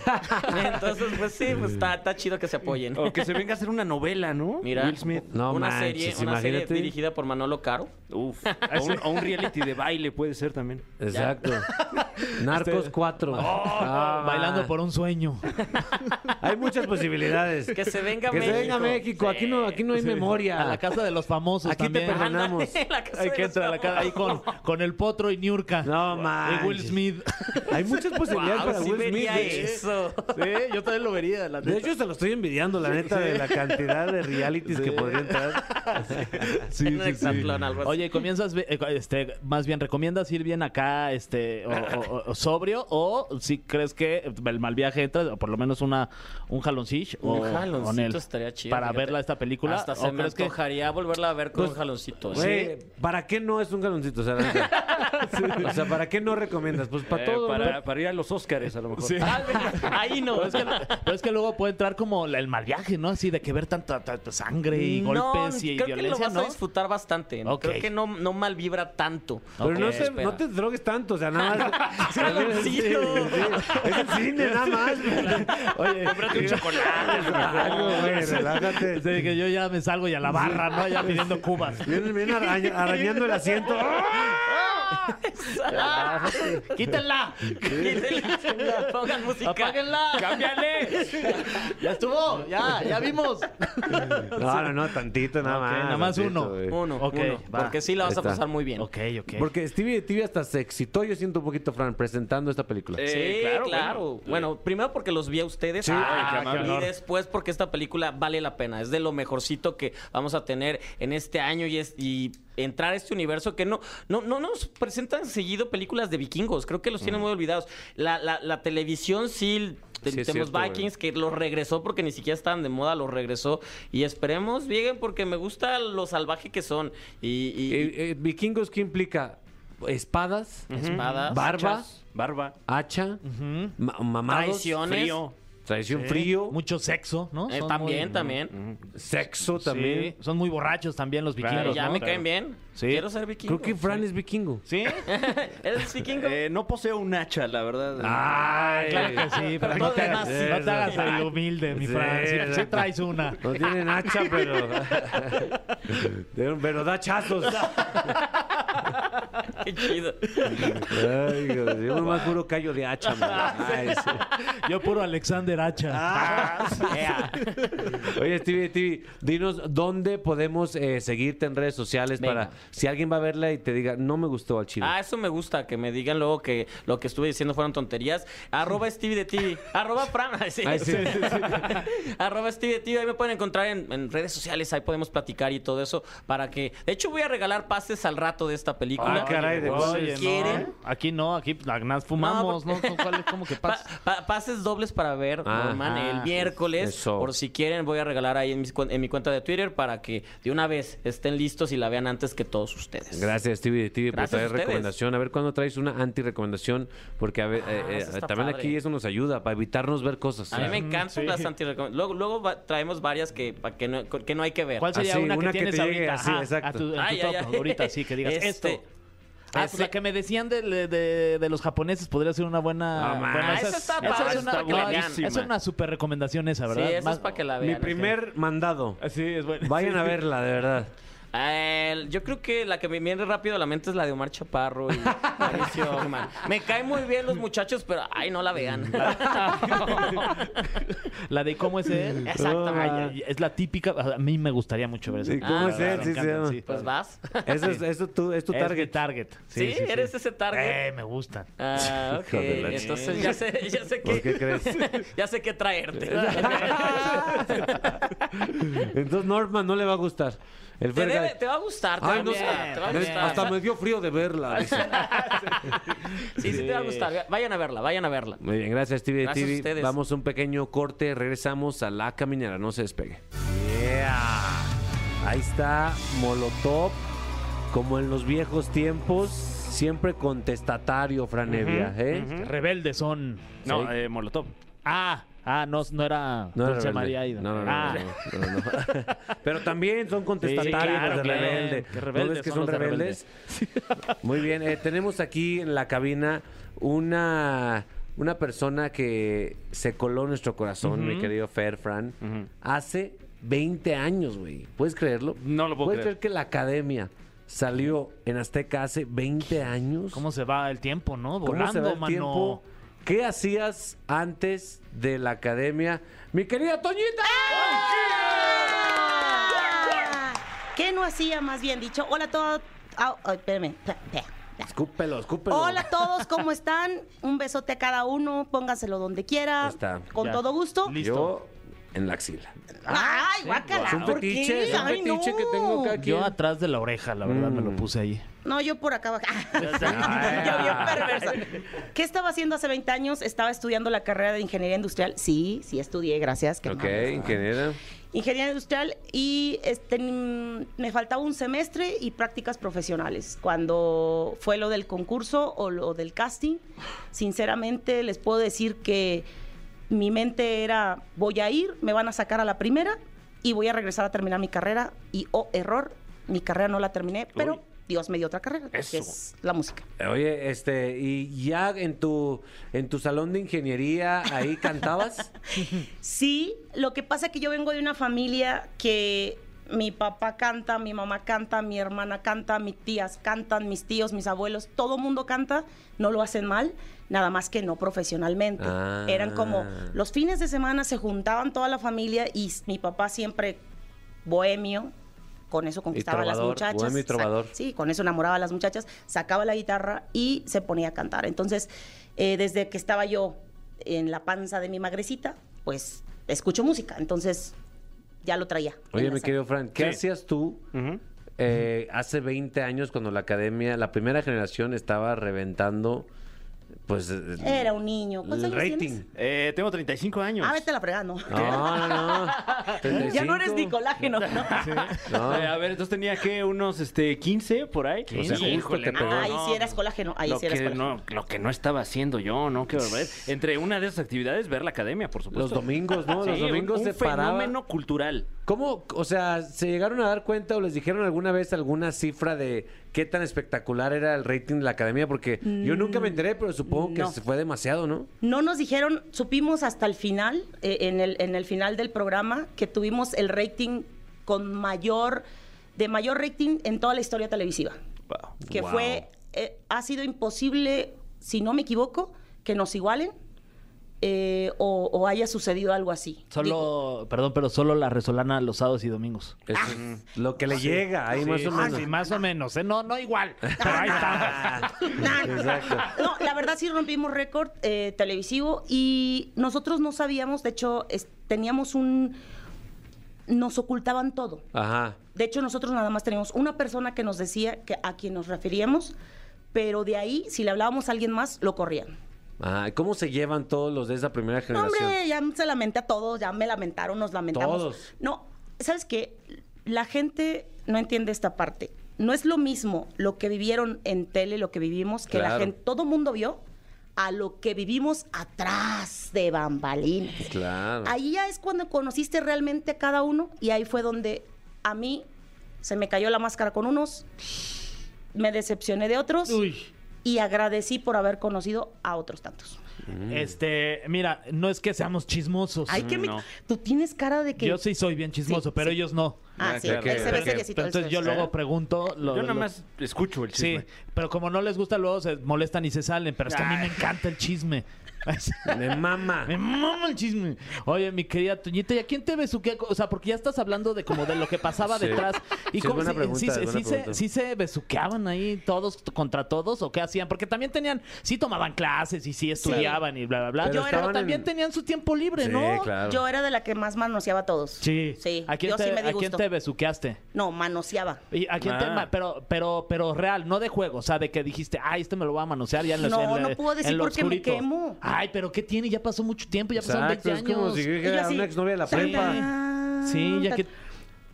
claro, claro.
Entonces, pues sí, pues está, está chido que se apoyen.
O que se venga a hacer una novela, ¿no?
Mira,
Will Smith.
No
una
manches,
serie, una serie
imagínate.
dirigida por Manolo Caro.
Uf. O un, o un reality de baile puede ser también.
Exacto. Narcos 4. Ah,
Este, Oh, Bailando
man.
por un sueño.
Hay muchas posibilidades.
Que se venga a
Que se
México.
venga a México. Aquí no, aquí no hay memoria.
A la casa de los famosos
Aquí te
también.
perdonan.
Ándale,
ganamos.
la casa
Hay
de
que
los
entrar a la casa ahí con, con el potro y Niurka.
No
Y Will
manches.
Smith.
Hay muchas posibilidades
Guau,
para
sí
Will Smith.
vería
de-
eso.
Sí, yo también lo vería. La
De hecho, se lo estoy envidiando, la neta, de la cantidad de realities que podría entrar.
Sí,
En un hexatlón, algo así.
Oye, comienzas, ve- eh, este, más bien, ¿recomiendas ir bien acá, este, o, o- o- o sobrio? ¿O si crees que el mal viaje entra, o por lo menos una, un jaloncich? o-
Un
con él,
jaloncito estaría chido.
Para
fíjate.
verla esta película.
Hasta
¿o
se me
crees que- Pues,
antojaría volverla a ver con un jaloncito. ¿eh?
Güey, ¿para qué no es un galoncito? O sea, la neta. O sea, ¿para qué no recomiendas? Pues para
Eh,
todo.
para,
¿no?
para ir a los Óscares, a lo mejor.
Sí.
Tal vez, ahí no.
Pero es, que, pero es que luego puede entrar como la- el mal viaje, ¿no? Así de que ver tanta tanta sangre y
No,
golpes y
creo que lo
violencia,
vas a
¿no?
disfrutar bastante.
Ok.
Creo que no, no mal vibra tanto.
Pero no,
Ok,
se-
espera.
no te drogues tanto, o sea, nada más.
Es galoncito.
Es el cine, nada más.
Oye,
Cómprate un chocolate.
Algo, güey, relájate.
de que yo ya me salgo y a la barra, ¿no? Ya pidiendo cubas.
Vienen, vienen araña- arañando el asiento.
¡Quítenla!
Ah, Quítenla, Pongan música.
¡Apáguenla!
¡Cámbiale!
¡Ya estuvo! ¡Ya! ¡Ya vimos!
No, no, no, tantito, nada
Ok,
más.
nada más
tantito,
uno.
güey.
Uno,
Ok,
uno,
va.
Porque sí la vas
Ahí
a
está.
pasar muy bien.
Ok, ok.
Porque Stevie, Stevie hasta se excitó, yo siento un poquito, Fran, presentando esta película.
Eh,
Sí,
claro,
claro.
bueno.
Bueno. primero porque los vi a ustedes.
Sí.
Ay, qué amable.
y después porque esta película vale la pena. Es de lo mejorcito que vamos a tener en este año y, es, y entrar a este universo que no, no, no nos presentan seguido películas de vikingos. Creo que los tienen muy olvidados. La, la- la televisión sí. te-
Sí, es
Tenemos
cierto,
Vikings que los regresó porque ni siquiera estaban de moda, los regresó. Y esperemos, lleguen porque me gusta lo salvaje que son. Y, y-
Eh, eh, Vikingos, ¿qué implica? Espadas,
espadas,
barba,
hachas,
Barba.
hacha, ma- mamados,
traiciones.
Frío.
traición, frío,
Mucho sexo, ¿no?
Eh,
Son
también,
muy-
también.
sexo
Sí,
también.
Son muy borrachos también los
Claro,
vikingos,
ya
¿no?
me caen bien.
Sí.
Quiero ser vikingo.
Creo que Fran es vikingo.
¿Sí?
¿Eres vikingo?
Eh, no poseo un hacha, la verdad.
Ay,
Claro que sí, pero no
todo
te,
lo
hagas,
demás.
no te hagas el humilde, mi
Sí,
Fran. Sí, sí
exacto.
traes una.
no tienen hacha, pero. pero- pero da chazos.
Qué chido.
Ay, Dios, yo nomás puro callo de hacha, man. Ay, sí.
Yo puro Alexander Hacha. Ah,
Ah, Ea.
Ah, Oye, Stevie, Stevie, dinos dónde podemos eh, seguirte en redes sociales
Venga.
para si alguien va a verla y te diga, no me gustó al chile.
Ah, eso me gusta, que me digan luego que lo que estuve diciendo fueron tonterías. Arroba Stevie de TV. Arroba Fran. Ay, sí.
Ay, sí.
Arroba Stevie de TV. Ahí me pueden encontrar en, en redes sociales. Ahí podemos platicar y todo eso para que... De hecho, voy a regalar pases al rato de esta película.
Ah, caray, de
Oye,
Si quieren...
no. Aquí no, aquí nada, fumamos, ¿no? ¿Cuál es? ¿Cómo que
Pa-
pasa?
pa- pases dobles para ver
Ah,
Norman
ah,
el miércoles.
eso.
Por si quieren, voy a regalar ahí en, mis cuen- en mi cuenta de Twitter para que de una vez estén listos y la vean antes que todos ustedes.
Gracias, Stevie, Stevie por
pues. Gracias a
traer
ustedes.
recomendación. A ver cuándo traes una anti-recomendación, porque a ver,
Ah,
eh, eh,
eso está
también
padre.
aquí eso nos ayuda para evitarnos ver cosas.
A mí
Mm,
me
Ah,
encantan las antirrecomendaciones. Luego, luego va- traemos varias que, pa- que, no, que no hay que ver.
¿Cuál sería
Así,
una,
Ah, una
que
que
tienes
te llegue
ahorita?
así,
Ajá,
exacto.
A tu, a tu
Ay, ay,
top,
ay.
ahorita, sí, que digas
Este,
esto. Ah, pues
ese-
la que me decían de, de- de los japoneses podría ser una buena...
No, man.
bueno,
Ah, esa está padre,
es
está
una,
buenísima.
es una super recomendación esa, ¿verdad?
Sí, esa
Más- Ah,
es para que la
Mi
vean.
primer mandado.
Sí, es buena.
Vayan a verla, de verdad.
Eh, yo creo que la que me viene rápido a la mente es la de Omar Chaparro y Mauricio Ockman. Me caen muy bien los muchachos, pero ay, no la vean.
La de cómo es él.
Exactamente.
Ay, ay, es la típica. A mí me gustaría mucho ver esa.
Sí, ¿cómo
es
la
él?
verdad,
Sí,
me
se
encantan,
llama.
Pues vas.
Eso es, eso tú, es tu
Es mi
target.
target.
Sí, eres ese target.
Eh, me gustan.
Ah, ok.
Hijo de la
Entonces ya sé, ya sé
¿Por
qué,
qué crees?
ya sé qué traerte.
Entonces Norman no le va a gustar. El
te,
verga-
debe- te va a gustar, te va a
Ay, no sé.
gustar, te va a
Me-
gustar.
Hasta me dio frío de verla. dice.
Sí, sí te va a gustar. Vayan a verla, vayan a verla.
Muy bien, gracias TV
Gracias a
TV.
ustedes.
Vamos a un pequeño corte, regresamos a la caminera, no se despegue. Ahí está Molotov, como en los viejos tiempos. siempre contestatario, Franevia, ¿eh?
Rebeldes son.
No,
Sí.
eh, Molotov.
Ah, ah, no, no era
No, era
Dulce
rebelde.
María Aida.
No, no, no,
ah,
no, no, no, no. Pero también son contestatarios,
Sí, claro,
de
claro.
rebelde.
Qué rebeldes
¿No ves que
son
son
los de
rebeldes? Muy bien, eh, tenemos aquí en la cabina una, una persona que se coló nuestro corazón, mi querido Fer Fran,
Ujú.
hace 20 años, güey. ¿Puedes creerlo?
No lo puedo
¿Puedes
creer.
creer que la academia salió en Azteca hace 20 años?
¿Cómo se va el tiempo, no?
¿Cómo
Volando,
se va el
mano.
tiempo? ¿Qué hacías antes de la academia? Mi querida Toñita.
¡Ah! ¿Qué no hacía más bien dicho? Hola a todos. ah, ah, espérame. espera, espera, espera.
Escúpelo, escúpelo.
Hola a todos, ¿cómo están? Un besote a cada uno, pónganselo donde quiera.
Ahí está,
Con
ya.
todo gusto.
Listo.
Yo en la axila.
Ay, guácala.
ah, Es un
¿por
fetiche,
qué?
es un
Ay,
fetiche
no.
que tengo cada quien.
Yo atrás de la oreja, la verdad, me lo
Mm.
puse ahí.
No, yo por acá. abajo.
Ah,
yo bien
ah.
perversa. ¿Qué estaba haciendo hace 20 años? Estaba estudiando la carrera de ingeniería industrial. Sí, sí estudié, gracias. qué
Ok,
mames.
ingeniera.
Ingeniería industrial y este, mm, me faltaba un semestre y prácticas profesionales. Cuando fue lo del concurso o lo del casting, sinceramente les puedo decir que mi mente era voy a ir, me van a sacar a la primera y voy a regresar a terminar mi carrera y oh error, mi carrera no la terminé, pero
Uy.
Dios me dio otra carrera, que
Eso.
es la música.
Oye, este, y ya en tu en tu salón de ingeniería ahí cantabas?
Sí, lo que pasa es que yo vengo de una familia que mi papá canta, mi mamá canta, mi hermana canta, mis tías cantan, mis tíos, mis abuelos, todo mundo canta, no lo hacen mal, nada más que no profesionalmente.
Ah.
Eran como los fines de semana se juntaban toda la familia y s- mi papá siempre bohemio, con eso conquistaba a las
trovador,
muchachas.
bohemio y
sac-
trovador.
Sí, con eso enamoraba a las muchachas, sacaba la guitarra y se ponía a cantar. Entonces, eh, desde que estaba yo en la panza de mi magrecita, pues escucho música. Entonces, ya Mm. lo traía. en
Oye,
la
mi
sangre.
querido Fran, ¿qué
Sí.
hacías tú
Ujú.
eh, hace 20 años cuando la academia, la primera generación estaba reventando pues eh,
Era un niño.
el
¿Cuántos años
rating?
tienes?
Eh, tengo 35 años.
Ah, vete a la fregada, no.
No, no, no.
Ya no
35.
eres Nicolágeno, ¿no?
No.
Eh, a ver, entonces tenía que unos este, 15 por ahí.
O sea, justo te pegó.
Ah,
Ah, Ahí sí eras colágeno, ahí
lo
sí eras
que
colágeno.
no, lo que no estaba haciendo yo, ¿no? Qué barbaridad. Entre una de esas actividades, ver la academia, por supuesto.
Los domingos, ¿no?
Sí,
Los
un-
domingos
un,
se paraba.
fenómeno cultural.
¿Cómo, o sea, se llegaron a dar cuenta o les dijeron alguna vez alguna cifra de qué tan espectacular era el rating de la academia? Porque yo nunca
Mm,
me enteré, pero supongo que
no.
se fue demasiado, ¿no?
No nos dijeron, supimos hasta el final, eh, en, el, en el final del programa, que tuvimos el rating con mayor, de mayor rating en toda la historia televisiva. Que
Wow.
fue, eh, ha sido imposible, si no me equivoco, que nos igualen eh, o, o haya sucedido algo así.
Solo,
Digo,
perdón, pero solo la resolana los sábados y domingos.
Es lo que le llega, ahí más o
Ah,
menos.
sí, más o menos, ¿eh? No, no igual. Pero ahí estamos.
Exacto.
No, la verdad sí rompimos récord eh, televisivo y nosotros no sabíamos, de hecho, es- teníamos un... Nos ocultaban todo.
Ajá.
De hecho, nosotros nada más teníamos una persona que nos decía que a quien nos referíamos, pero de ahí, si le hablábamos a alguien más, lo corrían.
Ajá. ¿Cómo se llevan todos los de esa primera
No,
generación?
hombre, ya se lamenté a todos, ya me lamentaron, nos lamentamos.
Todos.
No, ¿sabes qué? La gente no entiende esta parte. No es lo mismo lo que vivieron en tele, lo que vivimos, que la
Claro.
gente, todo mundo vio, a lo que vivimos atrás de bambalinas.
Claro.
Ah.
Ahí ya es cuando conociste realmente a cada uno y ahí fue donde a mí se me cayó la máscara con unos, me decepcioné de otros
Uy.
y agradecí por haber conocido a otros tantos.
Pues
Mm.
Este, mira, no es que seamos chismosos.
Ay, que me-
No.
Tú tienes cara de que...
Yo sí soy bien chismoso,
Sí,
pero
sí.
ellos no.
Ah,
Ah,
sí,
claro,
él se
claro.
ve seriecito. él se
Entonces
ve
yo
serio.
luego pregunto. lo-
Yo
lo-
nada más escucho el
Sí,
chisme.
pero como no les gusta, luego se molestan y se salen. Pero es que a mí me encanta el chisme.
Me mama.
Me mama el chisme. Oye, mi querida Toñita, ¿y a quién te besuquea? O sea, porque ya estás hablando de como de lo que pasaba
Sí.
detrás. ¿Y
Sí, es buena
sí-
pregunta,
sí,
es
sí
buena
se-
pregunta.
sí se besuqueaban ahí todos t- contra todos o qué hacían? Porque también tenían, sí tomaban clases y sí estudiaban y bla, bla, bla.
Pero
Pero,
estaban
también
en-
tenían su tiempo libre,
Sí,
¿no?
claro.
Yo era de la que más manoseaba a todos.
Sí.
Sí,
¿A quién,
yo
te,
sí me di
¿a quién
gusto.
te besuqueaste?
No, manoseaba.
¿Y a quién te
Ah.
ma- pero, pero, pero real, no de juego, o sea, de que dijiste, ay, este me lo voy a manosear ya en la
No,
en la-
no puedo decir
en lo
porque me
oscurito".
quemo.
Ay, pero ¿qué tiene? Ya pasó mucho tiempo, ya pasaron
Exacto,
20
es como
años.
si yo
Y yo
dijera a
así,
una exnovia de la
Ah, tan,
prepa.
tan,
Sí, ya
tan.
que.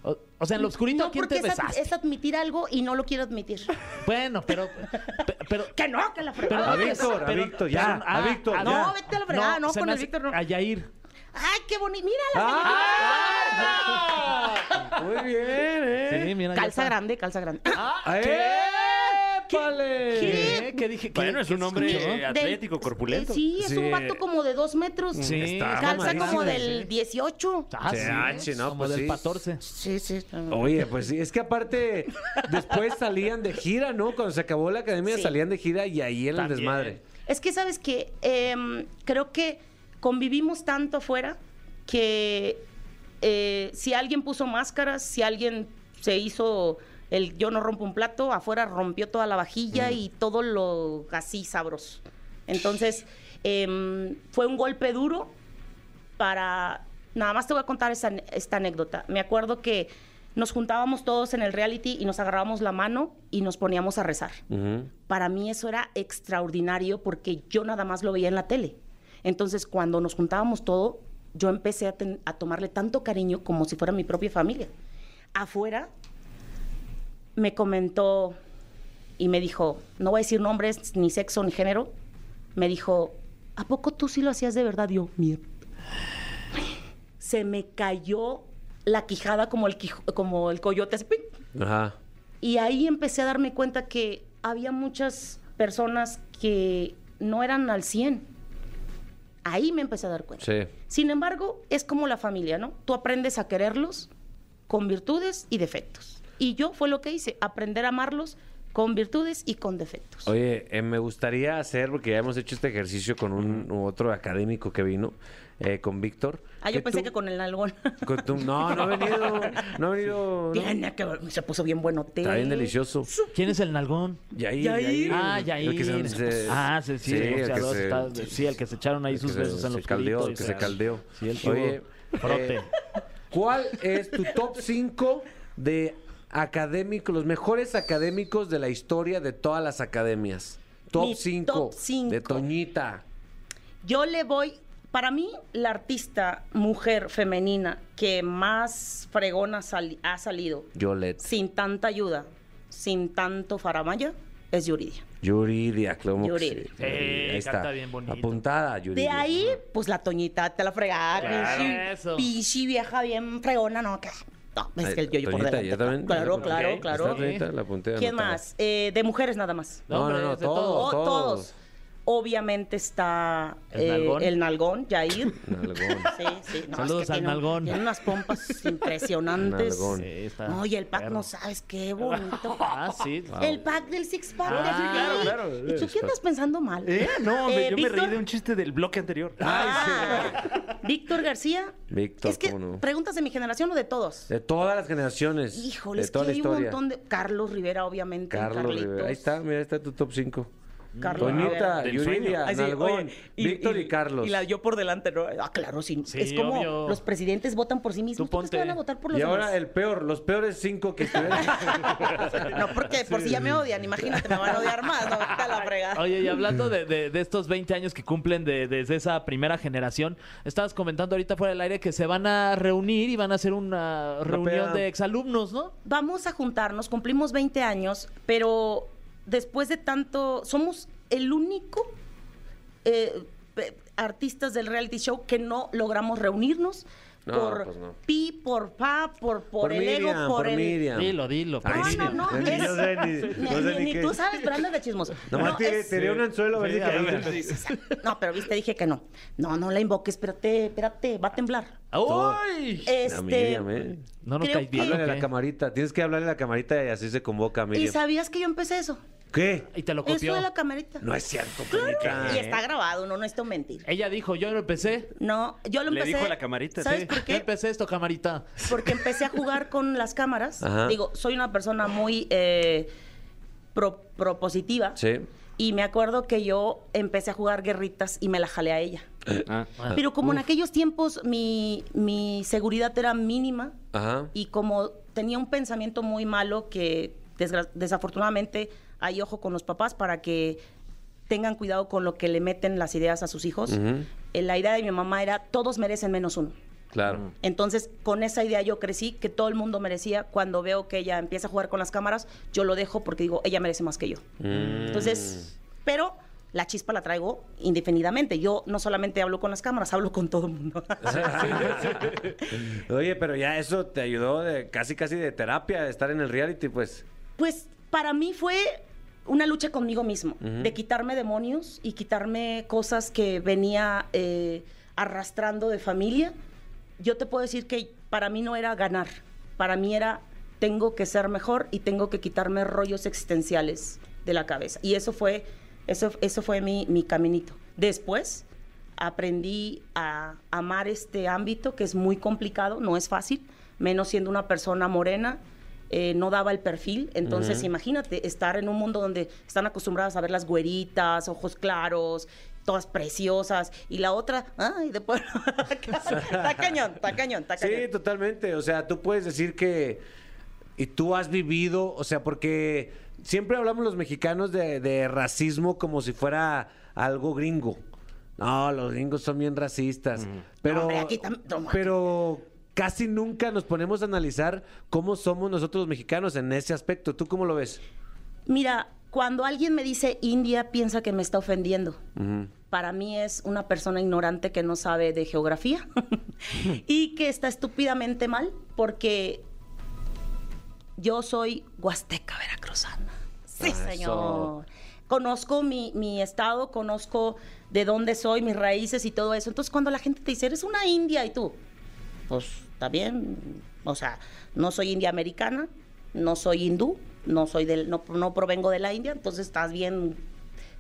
O, O sea, en lo oscurito,
No,
¿a quién
porque
te
es, ad-
besaste?
es admitir algo y no lo quiero admitir.
Bueno, pero. pe- pero
que no, que la
pero- pues,
fregada.
a Víctor, a
pero-
Víctor, ya,
pero-
a Víctor,
ah,
ya.
ah,
Ah, No, vete a la fregada, no,
se
con
me
el
hace-
Víctor no.
A Yair.
Ay, qué bonito. Mira la
ah, Muy bien, ¿eh?
Sí, mira,
película.
ya
Calza
está.
grande, calza grande.
¡Épale!
¿Qué? ¿Qué dije? ¿Qué-
Bueno, es
qué
un hombre eh,
escuchó?
Ah, Del- eh,
atlético, corpulento.
Sí, es
Sí.
un vato como de dos metros.
Sí. Ah, Está
Calza como
mamadísimo,
del
sí.
18.
Ah, sí,
Ch, no,
como
pues
del
sí.
14.
Sí, sí. está-
Oye, pues sí, es que aparte, después salían de gira, ¿no? Cuando se acabó la academia,
Sí.
salían de gira y ahí era el
También.
desmadre.
Es que sabes que creo que convivimos tanto afuera que eh, si alguien puso máscaras, si alguien se hizo el yo no rompo un plato, afuera rompió toda la vajilla y todo lo así sabroso. Entonces em, fue un golpe duro para... Nada más te voy a contar esa- esta anécdota. Me acuerdo que nos juntábamos todos en el reality y nos agarrábamos la mano y nos poníamos a rezar. Para mí eso era extraordinario porque yo nada más lo veía en la tele. Entonces, cuando nos juntábamos todo, yo empecé a, ten- a tomarle tanto cariño como si fuera mi propia familia. Afuera me comentó y me dijo, no voy a decir nombres, ni sexo, ni género, me dijo, ¿a poco tú sí lo hacías de verdad? Yo, mierda. Se me cayó la quijada como el, quijo- como el coyote, así, ¡ping!
Ajá.
Y ahí empecé a darme cuenta que había muchas personas que no eran al 100. Ahí me empecé a dar cuenta.
Sí.
Sin embargo, es como la familia, ¿no? Tú aprendes a quererlos con virtudes y defectos. Y yo fue lo que hice, aprender a amarlos con virtudes y con defectos.
Oye, eh, me gustaría hacer, porque ya hemos hecho este ejercicio con un otro académico que vino, eh, con Víctor.
ah, yo pensé que con el nalgón.
con tu- No, no ha venido. No ha venido. no.
Tiene que ver, se puso bien buen hotel.
Está bien delicioso.
¿Quién es el nalgón?
Yair.
Yair.
Ah, Yair.
El que se- se-
ah, sí, sí, el
el que
boxeador
se-
está- sí, el que se echaron ahí
el que
sus
se-
besos en
se
los
caldeó,
calitos.
el que se caldeó.
Sí, el que
Oye,
hubo frote.
eh, ¿Cuál es tu top 5 de académicos, los mejores académicos de la historia de todas las academias? Top
Mi
5
top cinco.
de Toñita.
Yo le voy. Para mí, la artista mujer femenina que más fregona sali- ha salido,
Yolette.
sin tanta ayuda, sin tanto faramaya, es Yuridia.
Yuridia, claro. que
Yuridia.
sí.
Sí,
Yuridia, ahí
Eh, canta
está.
bien bonito.
Apuntada, Yuridia.
De ahí, pues la Toñita te la fregada,
Claro.
pinche-
Eso.
pinche vieja bien fregona, no, que- no, es pues, que el yo-yo por
Eh, Toñita,
delante.
ya también.
Claro,
Ok,
claro, claro.
Está Toñita, la apunté,
¿Quién
anotada.
más? Eh, de mujeres nada más.
No, no,
Hombre,
no,
es de todo.
todos,
O-
todos.
Obviamente está
¿El
eh,
nalgón?
el nalgón, Jair.
Nalgón.
Sí, sí. No,
Saludos
es que
al
tiene un-
nalgón.
Tiene unas pompas impresionantes.
Nalgón.
Sí, está
No, y el pack
perro.
no sabes qué bonito.
Ah, sí.
El pack del six pack.
Ah, sí, claro,
claro. ¿Y tú qué andas pensando mal?
¿Eh? No, hombre,
Eh,
yo me
Víctor-
reí de un chiste del bloque anterior.
Ah, Víctor García.
Víctor,
Es que
¿cómo no?
preguntas de mi generación o de todos.
De todas las generaciones.
Híjole,
de
es que
toda la
hay un
historia.
montón de. Carlos Rivera, obviamente.
Carlos
Carlitos.
Rivera. Ahí está, mira, ahí está tu top 5.
Carlos
Toñita,
Rivera.
Del sueño.
Yuridia,
Así,
Nalgón,
oye,
Víctor y, Carlos.
Y la yo por delante, ¿no? Ah, claro, sí.
Sí,
es como
obvio.
los presidentes votan por sí mismos.
Tú
¿Tú crees que
ponte.
van a votar por los
Y ahora
demás?
el peor, los peores 5 que estuvieron.
No, porque por si ya me odian, imagínate, me van a odiar más, no, Vete a la fregada.
Oye, y hablando de, de- de estos 20 años que cumplen de- desde esa primera generación, estabas comentando ahorita fuera del aire que se van a reunir y van a hacer una reunión
peda.
de exalumnos, ¿no?
Vamos a juntarnos, cumplimos 20 años, pero después de tanto, somos el único eh, pe- artistas del reality show que no logramos reunirnos
No,
por
pues no.
pi, por pa, por, por, el
Miriam,
ego, por,
por
el...
Miriam.
Dilo, dilo.
Ay,
No,
sí.
no, no.
Ni
es-
yo sé, ni-
ni-
no sé
ni-
ni
ni
qué.
tú sabes, pero andas de chismoso.
Nomás
No,
te,
es-
te di un anzuelo a ver si caía.
Exacto. No, pero viste, dije que no. No, no la invoques, espérate, espérate, va a temblar.
¡Uy!
No,
Este,
Miriam, eh.
No nos
creo
caes bien.
Háblale a
¿ok?
la camarita. Tienes que hablarle a la camarita y así se convoca,
¿Y
Miriam.
sabías que yo empecé eso?
¿Qué?
Y te lo
Eso
copió.
de la camarita.
No ¿eh? es cierto,
Claro,
Toñita.
Y está grabado, no, no esto mentir.
Ella dijo, yo lo empecé.
No, yo lo
Le
empecé.
dijo a la camarita,
¿Sabes
sí.
por
Yo
qué?
empecé esto, camarita.
Porque empecé a jugar con las cámaras.
Ajá.
Digo, soy una persona muy eh, pro- propositiva.
Sí.
Y me acuerdo que yo empecé a jugar guerritas y me la jalé a ella.
Ah.
Pero como en aquellos tiempos mi, mi seguridad era mínima
Ajá.
y como tenía un pensamiento muy malo que desgra- desafortunadamente hay ojo con los papás para que tengan cuidado con lo que le meten las ideas a sus hijos,
Ujú.
eh, la idea de mi mamá era todos merecen menos uno.
Claro.
Entonces, con esa idea yo crecí, que todo el mundo merecía. Cuando veo que ella empieza a jugar con las cámaras, yo lo dejo porque digo, ella merece más que yo.
Mm.
Entonces, pero la chispa la traigo indefinidamente. Yo no solamente hablo con las cámaras, hablo con todo el mundo.
Oye, pero ya eso te ayudó de, casi casi de terapia, de estar en el reality, pues.
Pues para mí fue una lucha conmigo mismo, de quitarme demonios y quitarme cosas que venía eh, arrastrando de familia. Yo te puedo decir que para mí no era ganar, para mí era tengo que ser mejor y tengo que quitarme rollos existenciales de la cabeza. Y eso fue, eso, eso fue mi, mi caminito. Después aprendí a amar este ámbito que es muy complicado, no es fácil, menos siendo una persona morena, eh, no daba el perfil. Entonces, imagínate estar en un mundo donde están acostumbradas a ver las güeritas, ojos claros, todas preciosas, y la otra, ay, de pueblo. está cañón, está cañón, está
Sí,
cañón.
totalmente. O sea, tú puedes decir que. Y tú has vivido, o sea, porque siempre hablamos los mexicanos de, de racismo como si fuera algo gringo. No, los gringos son bien racistas. Pero,
No, hombre, aquí tam- no, aquí-
pero casi nunca nos ponemos a analizar cómo somos nosotros los mexicanos en ese aspecto. ¿Tú cómo lo ves?
Mira, cuando alguien me dice India, piensa que me está ofendiendo. Para mí es una persona ignorante que no sabe de geografía y que está estúpidamente mal porque yo soy huasteca veracruzana. Sí, señor. Conozco mi, mi estado, conozco de dónde soy, mis raíces y todo eso. Entonces, cuando la gente te dice, eres una india y tú, pues está bien. O sea, no soy india americana, no soy hindú, no soy del, no, no provengo de la India, entonces estás bien.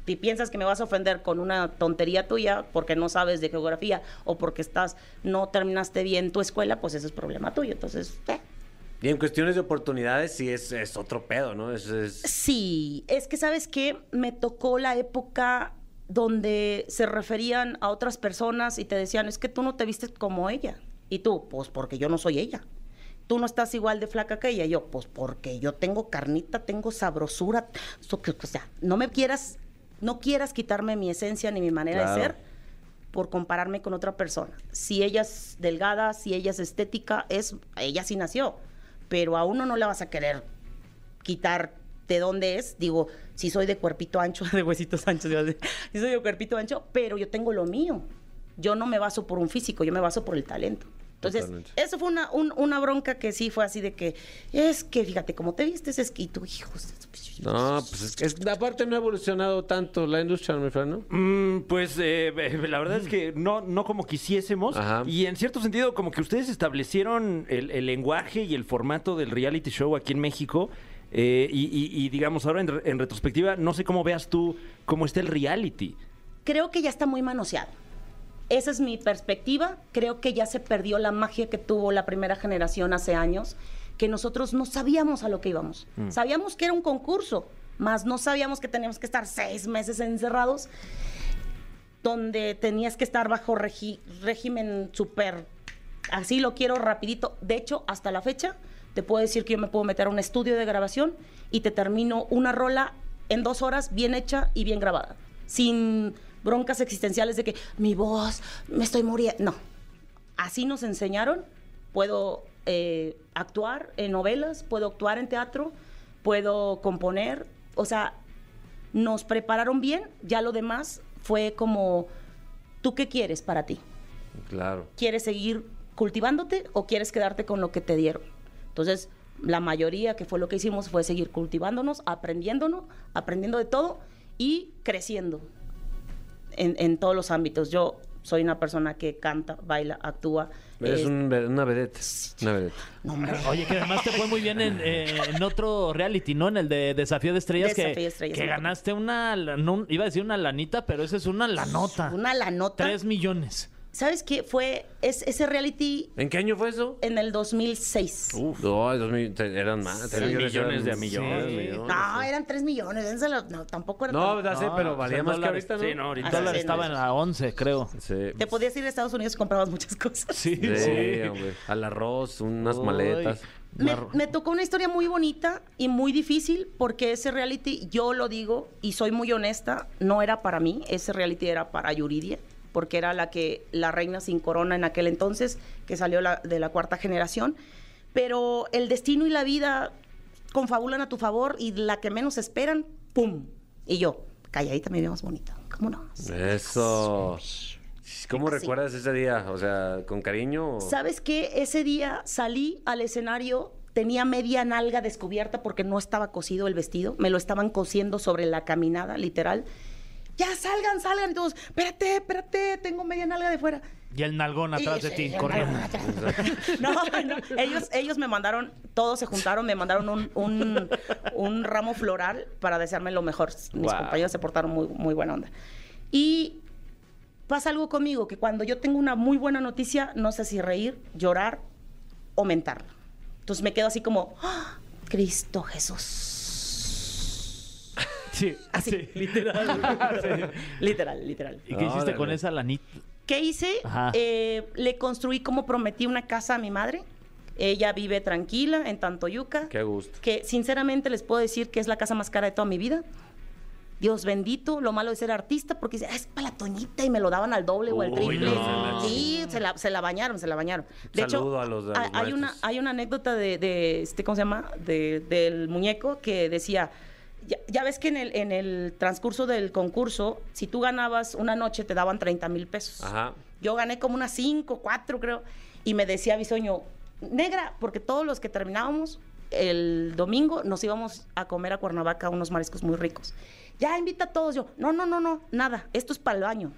Si piensas que me vas a ofender con una tontería tuya porque no sabes de geografía o porque estás no terminaste bien tu escuela, pues ese es problema tuyo. Entonces, eh.
Y en cuestiones de oportunidades, sí es, es otro pedo, ¿no? Es, es-
sí, es que sabes que me tocó la época donde se referían a otras personas y te decían, es que tú no te vistes como ella. Y tú, pues porque yo no soy ella. Tú no estás igual de flaca que ella. Yo, pues porque yo tengo carnita, tengo sabrosura. So- que- O sea, no me quieras, no quieras quitarme mi esencia ni mi manera de ser por compararme con otra persona. Si ella es delgada, si ella es estética, es ella sí nació. Pero a uno no le vas a querer quitar de dónde es. Digo, si soy de cuerpito ancho, de huesitos anchos, iba a decir. sí soy de cuerpito ancho, pero yo tengo lo mío. Yo no me baso por un físico, yo me baso por el talento. Entonces,
Totalmente.
eso fue una, un- una bronca que sí fue así de que, es que fíjate, como te vistes, es que y tú, hijos. de-
No, pues es, es- aparte no ha evolucionado tanto la industria, mi Fran, ¿no?
Mm, pues eh, la verdad es que no, no como quisiésemos.
Ajá.
Y en cierto sentido, como que ustedes establecieron el, el lenguaje y el formato del reality show aquí en México. eh, y, y- y digamos, ahora en, re- en retrospectiva, no sé cómo veas tú cómo está el reality.
creo que ya está muy manoseado. Esa es mi perspectiva. Creo que ya se perdió la magia que tuvo la primera generación hace años, que nosotros no sabíamos a lo que íbamos. Sabíamos que era un concurso, más no sabíamos que teníamos que estar seis meses encerrados, donde tenías que estar bajo regi- régimen súper. Así lo quiero rapidito. De hecho, hasta la fecha, te puedo decir que yo me puedo meter a un estudio de grabación y te termino una rola en dos horas bien hecha y bien grabada. Sin broncas existenciales de que mi voz, me estoy muriendo. No. Así nos enseñaron. Puedo eh, actuar en novelas, puedo actuar en teatro, puedo componer. O sea, nos prepararon bien. Ya lo demás fue como, ¿tú qué quieres para ti?
Claro.
¿Quieres seguir cultivándote o quieres quedarte con lo que te dieron? Entonces, la mayoría que fue lo que hicimos fue seguir cultivándonos, aprendiéndonos, aprendiendo de todo y creciendo en, en todos los ámbitos. Yo soy una persona que canta, baila, actúa.
Es
es-
un ve- una vedette. Una vedette.
No, hombre.
Oye, que además te fue muy bien en, eh, en otro reality, ¿no? En el de Desafío de Estrellas, que,
Desafío de Estrellas,
que
me acuerdo.
ganaste una, la- no, iba a decir una lanita, pero esa es una lanota.
Una la nota.
Tres millones.
¿Sabes qué? Fue es- ese reality
¿En qué año fue eso?
en el 2006.
Uh, No, dos mil- te- eran más.
Tres millones de a millones.
Sí.
millones.
no, eran 3 millones. dénselo- No, tampoco era
No,
tan-
ya sé,
No,
pero valía
son
más que
dólares.
ahorita, ¿no?
Sí, no, ahorita.
El
Así
dólar
es.
estaba en la 11, creo.
Sí.
Te podías ir a Estados Unidos y comprabas muchas cosas.
Sí,
Sí, hombre. Al arroz, unas maletas.
Me, me tocó una historia muy bonita y muy difícil porque ese reality, yo lo digo y soy muy honesta, no era para mí, ese reality era para Yuridia, porque era la que la reina sin corona en aquel entonces, que salió la- de la cuarta generación. Pero el destino y la vida confabulan a tu favor y la que menos esperan, ¡pum! Y yo, calladita me veo más bonita. ¿Cómo no?
Eso. ¿Cómo
Así.
recuerdas ese día? O sea, ¿con cariño? o-
¿Sabes qué? Ese día salí al escenario, tenía media nalga descubierta porque no estaba cosido el vestido, me lo estaban cosiendo sobre la caminada, literal. Ya salgan, salgan, y todos, espérate, espérate, tengo media nalga de fuera.
Y el nalgón atrás de ti, corriendo.
No, no, ellos, ellos me mandaron, todos se juntaron, me mandaron un, un- un ramo floral para desearme lo mejor. Mis
Wow.
compañeros se portaron muy, muy buena onda. Y pasa algo conmigo, que cuando yo tengo una muy buena noticia, no sé si reír, llorar o mentarla. Entonces me quedo así como, ¡Ah! Cristo Jesús.
Sí,
Así.
sí, literal.
Literal, literal.
¿Y qué hiciste con
Órale.
esa lanita?
¿Qué hice?
Ajá.
Eh, le construí como prometí una casa a mi madre. Ella vive tranquila en Tantoyuca.
Qué gusto.
Que sinceramente les puedo decir que es la casa más cara de toda mi vida. Dios bendito, lo malo de ser artista, porque dice, "Ah, es para la Toñita y me lo daban al doble o al
Uy,
triple.
no.
Sí, se la, se la bañaron, se la bañaron. De
Saludo
hecho,
a los- a los
hay- hay, una,
maestros.
hay una anécdota de, de este, ¿cómo se llama? De- del muñeco que decía, ya, ya ves que en el, en el transcurso del concurso, si tú ganabas una noche te daban 30 mil pesos.
Ajá.
Yo gané como unas 5, 4 creo. Y me decía Bisoño, negra, porque todos los que terminábamos el domingo nos íbamos a comer a Cuernavaca unos mariscos muy ricos. Ya invita a todos. Yo, no, no, no, no, nada. Esto es para el baño.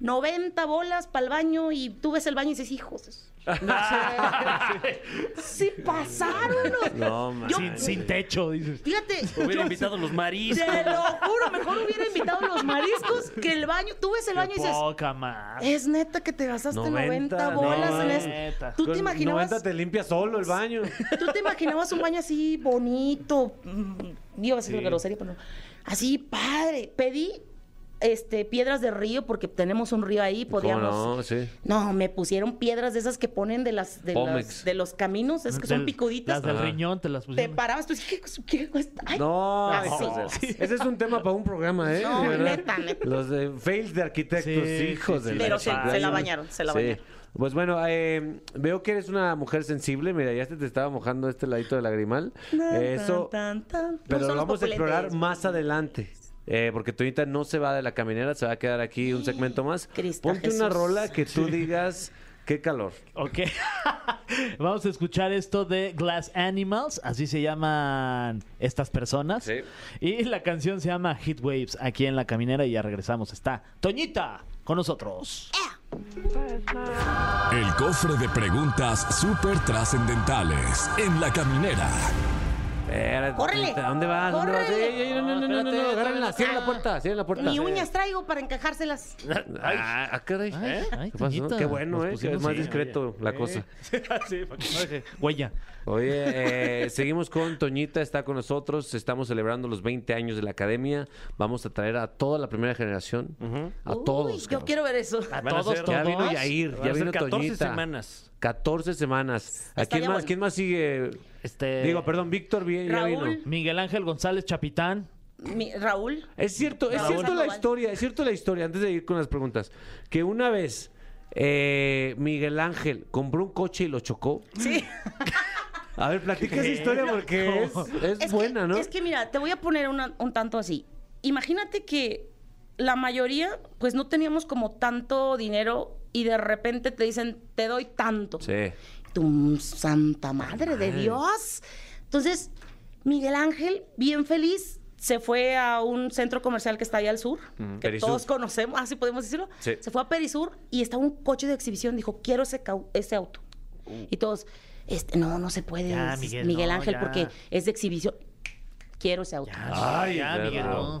90 bolas para el baño y tú ves el baño y dices, hijos. No sé. sí pasaron.
No, man.
Yo-
Sin, sin techo, dices.
Fíjate.
Hubiera
yo-
invitado a los mariscos.
Te lo juro, mejor hubiera invitado los mariscos que el baño. Tú ves el baño y dices, "Eh,
Poca más.
es neta que te gastaste
90,
90, bolas en esto.
Neta.
¿Tú
Con
te, imaginabas,
90 te limpia solo el baño.
¿Tú te imaginabas un baño así bonito? Mm, Iba a decir grosería, pero no. Así, padre. Pedí este, piedras de río porque tenemos un río ahí,
¿Cómo
podíamos...
no? Sí.
No, me pusieron piedras de esas que ponen de las de,
Pómex.
las- de los caminos, es que son
Del-
picuditas.
Las del
Ajá.
riñón te las
Te
pusieron.
parabas, tú dices, ¿qué, qué, ay,
No,
Ah,
no,
sí.
sí. ese es un tema para un programa, ¿eh?
No,
De verdad.
neta, neta.
Los de fails de arquitectos,
Sí,
hijos
sí,
de
sí.
la
Pero se-
chingada.
se la bañaron, se la
Sí.
bañaron.
Pues bueno, eh, veo que eres una mujer sensible. Mira, ya se te estaba mojando este ladito de lagrimal. Eso.
Tan, tan, tan.
Pero
No son
lo
los
vamos a explorar
populentes.
más adelante. Eh, porque Toñita no se va de la caminera, se va a quedar aquí un segmento más.
Cristo
Ponte una
Jesús.
rola que tú digas qué calor.
Ok. Vamos a escuchar esto de Glass Animals, así se llaman estas personas.
Sí.
Y la canción se llama Heat Waves, aquí en La Caminera y ya regresamos. Está Toñita con nosotros.
Eh.
El cofre de preguntas súper trascendentales en la caminera.
Espérate,
¡Córrele!
Toñita, Este, ¿Dónde vas? ¿Dónde vas?
¡Córrele!
Ey, ey, no, no, no, no, no, no, agárrenla, cierren la puerta, cierren la puerta.
Ni
Sí.
uñas traigo para encajárselas.
Ah, ah, caray.
Ay, ay,
¿Qué pasó?
Toñita,
Qué bueno,
nos
¿eh? Que
pusimos-
es más
sí,
discreto la cosa.
sí, para que no deje huella.
Oye, eh, seguimos con Toñita, está con nosotros. Estamos celebrando los 20 años de la academia. Vamos a traer a toda la primera generación, a
Uy,
todos.
Yo
cabrón.
quiero ver eso.
A
Van a
todos,
ser-
Ya
todos.
vino Yair, ya
Van a ser
vino
14
Toñita.
semanas.
14 semanas. ¿A quién
Estaría
más?
bueno.
¿Quién más sigue?
Este-
Digo, perdón, Víctor bien, ya
Raúl.
vino.
Miguel Ángel González Chapitán.
Mi- Raúl.
Es cierto, es
Raúl
cierto la
Sandoval.
historia, es cierto la historia, antes de ir con las preguntas, que una vez eh, Miguel Ángel compró un coche y lo chocó.
Sí.
A ver, platica esa historia porque es, es
Es que-
buena, ¿no?
Es que mira, te voy a poner una- un tanto así. Imagínate que la mayoría, pues no teníamos como tanto dinero y de repente te dicen, te doy tanto.
Sí.
tu santa madre de Dios. Entonces, Miguel Ángel, bien feliz, se fue a un centro comercial que está allá al sur,
Mm,
que
Perisur.
todos conocemos, así podemos decirlo.
Sí.
Se fue a Perisur y estaba un coche de exhibición, dijo, quiero ese, cau- ese auto. Y todos, este, no, no se puede,
Uh. Ya,
es-
Miguel,
Miguel,
no,
Ángel,
ya.
porque es de exhibición. Quiero ese auto.
Ay, ya,
ya,
Miguel.
no.
no.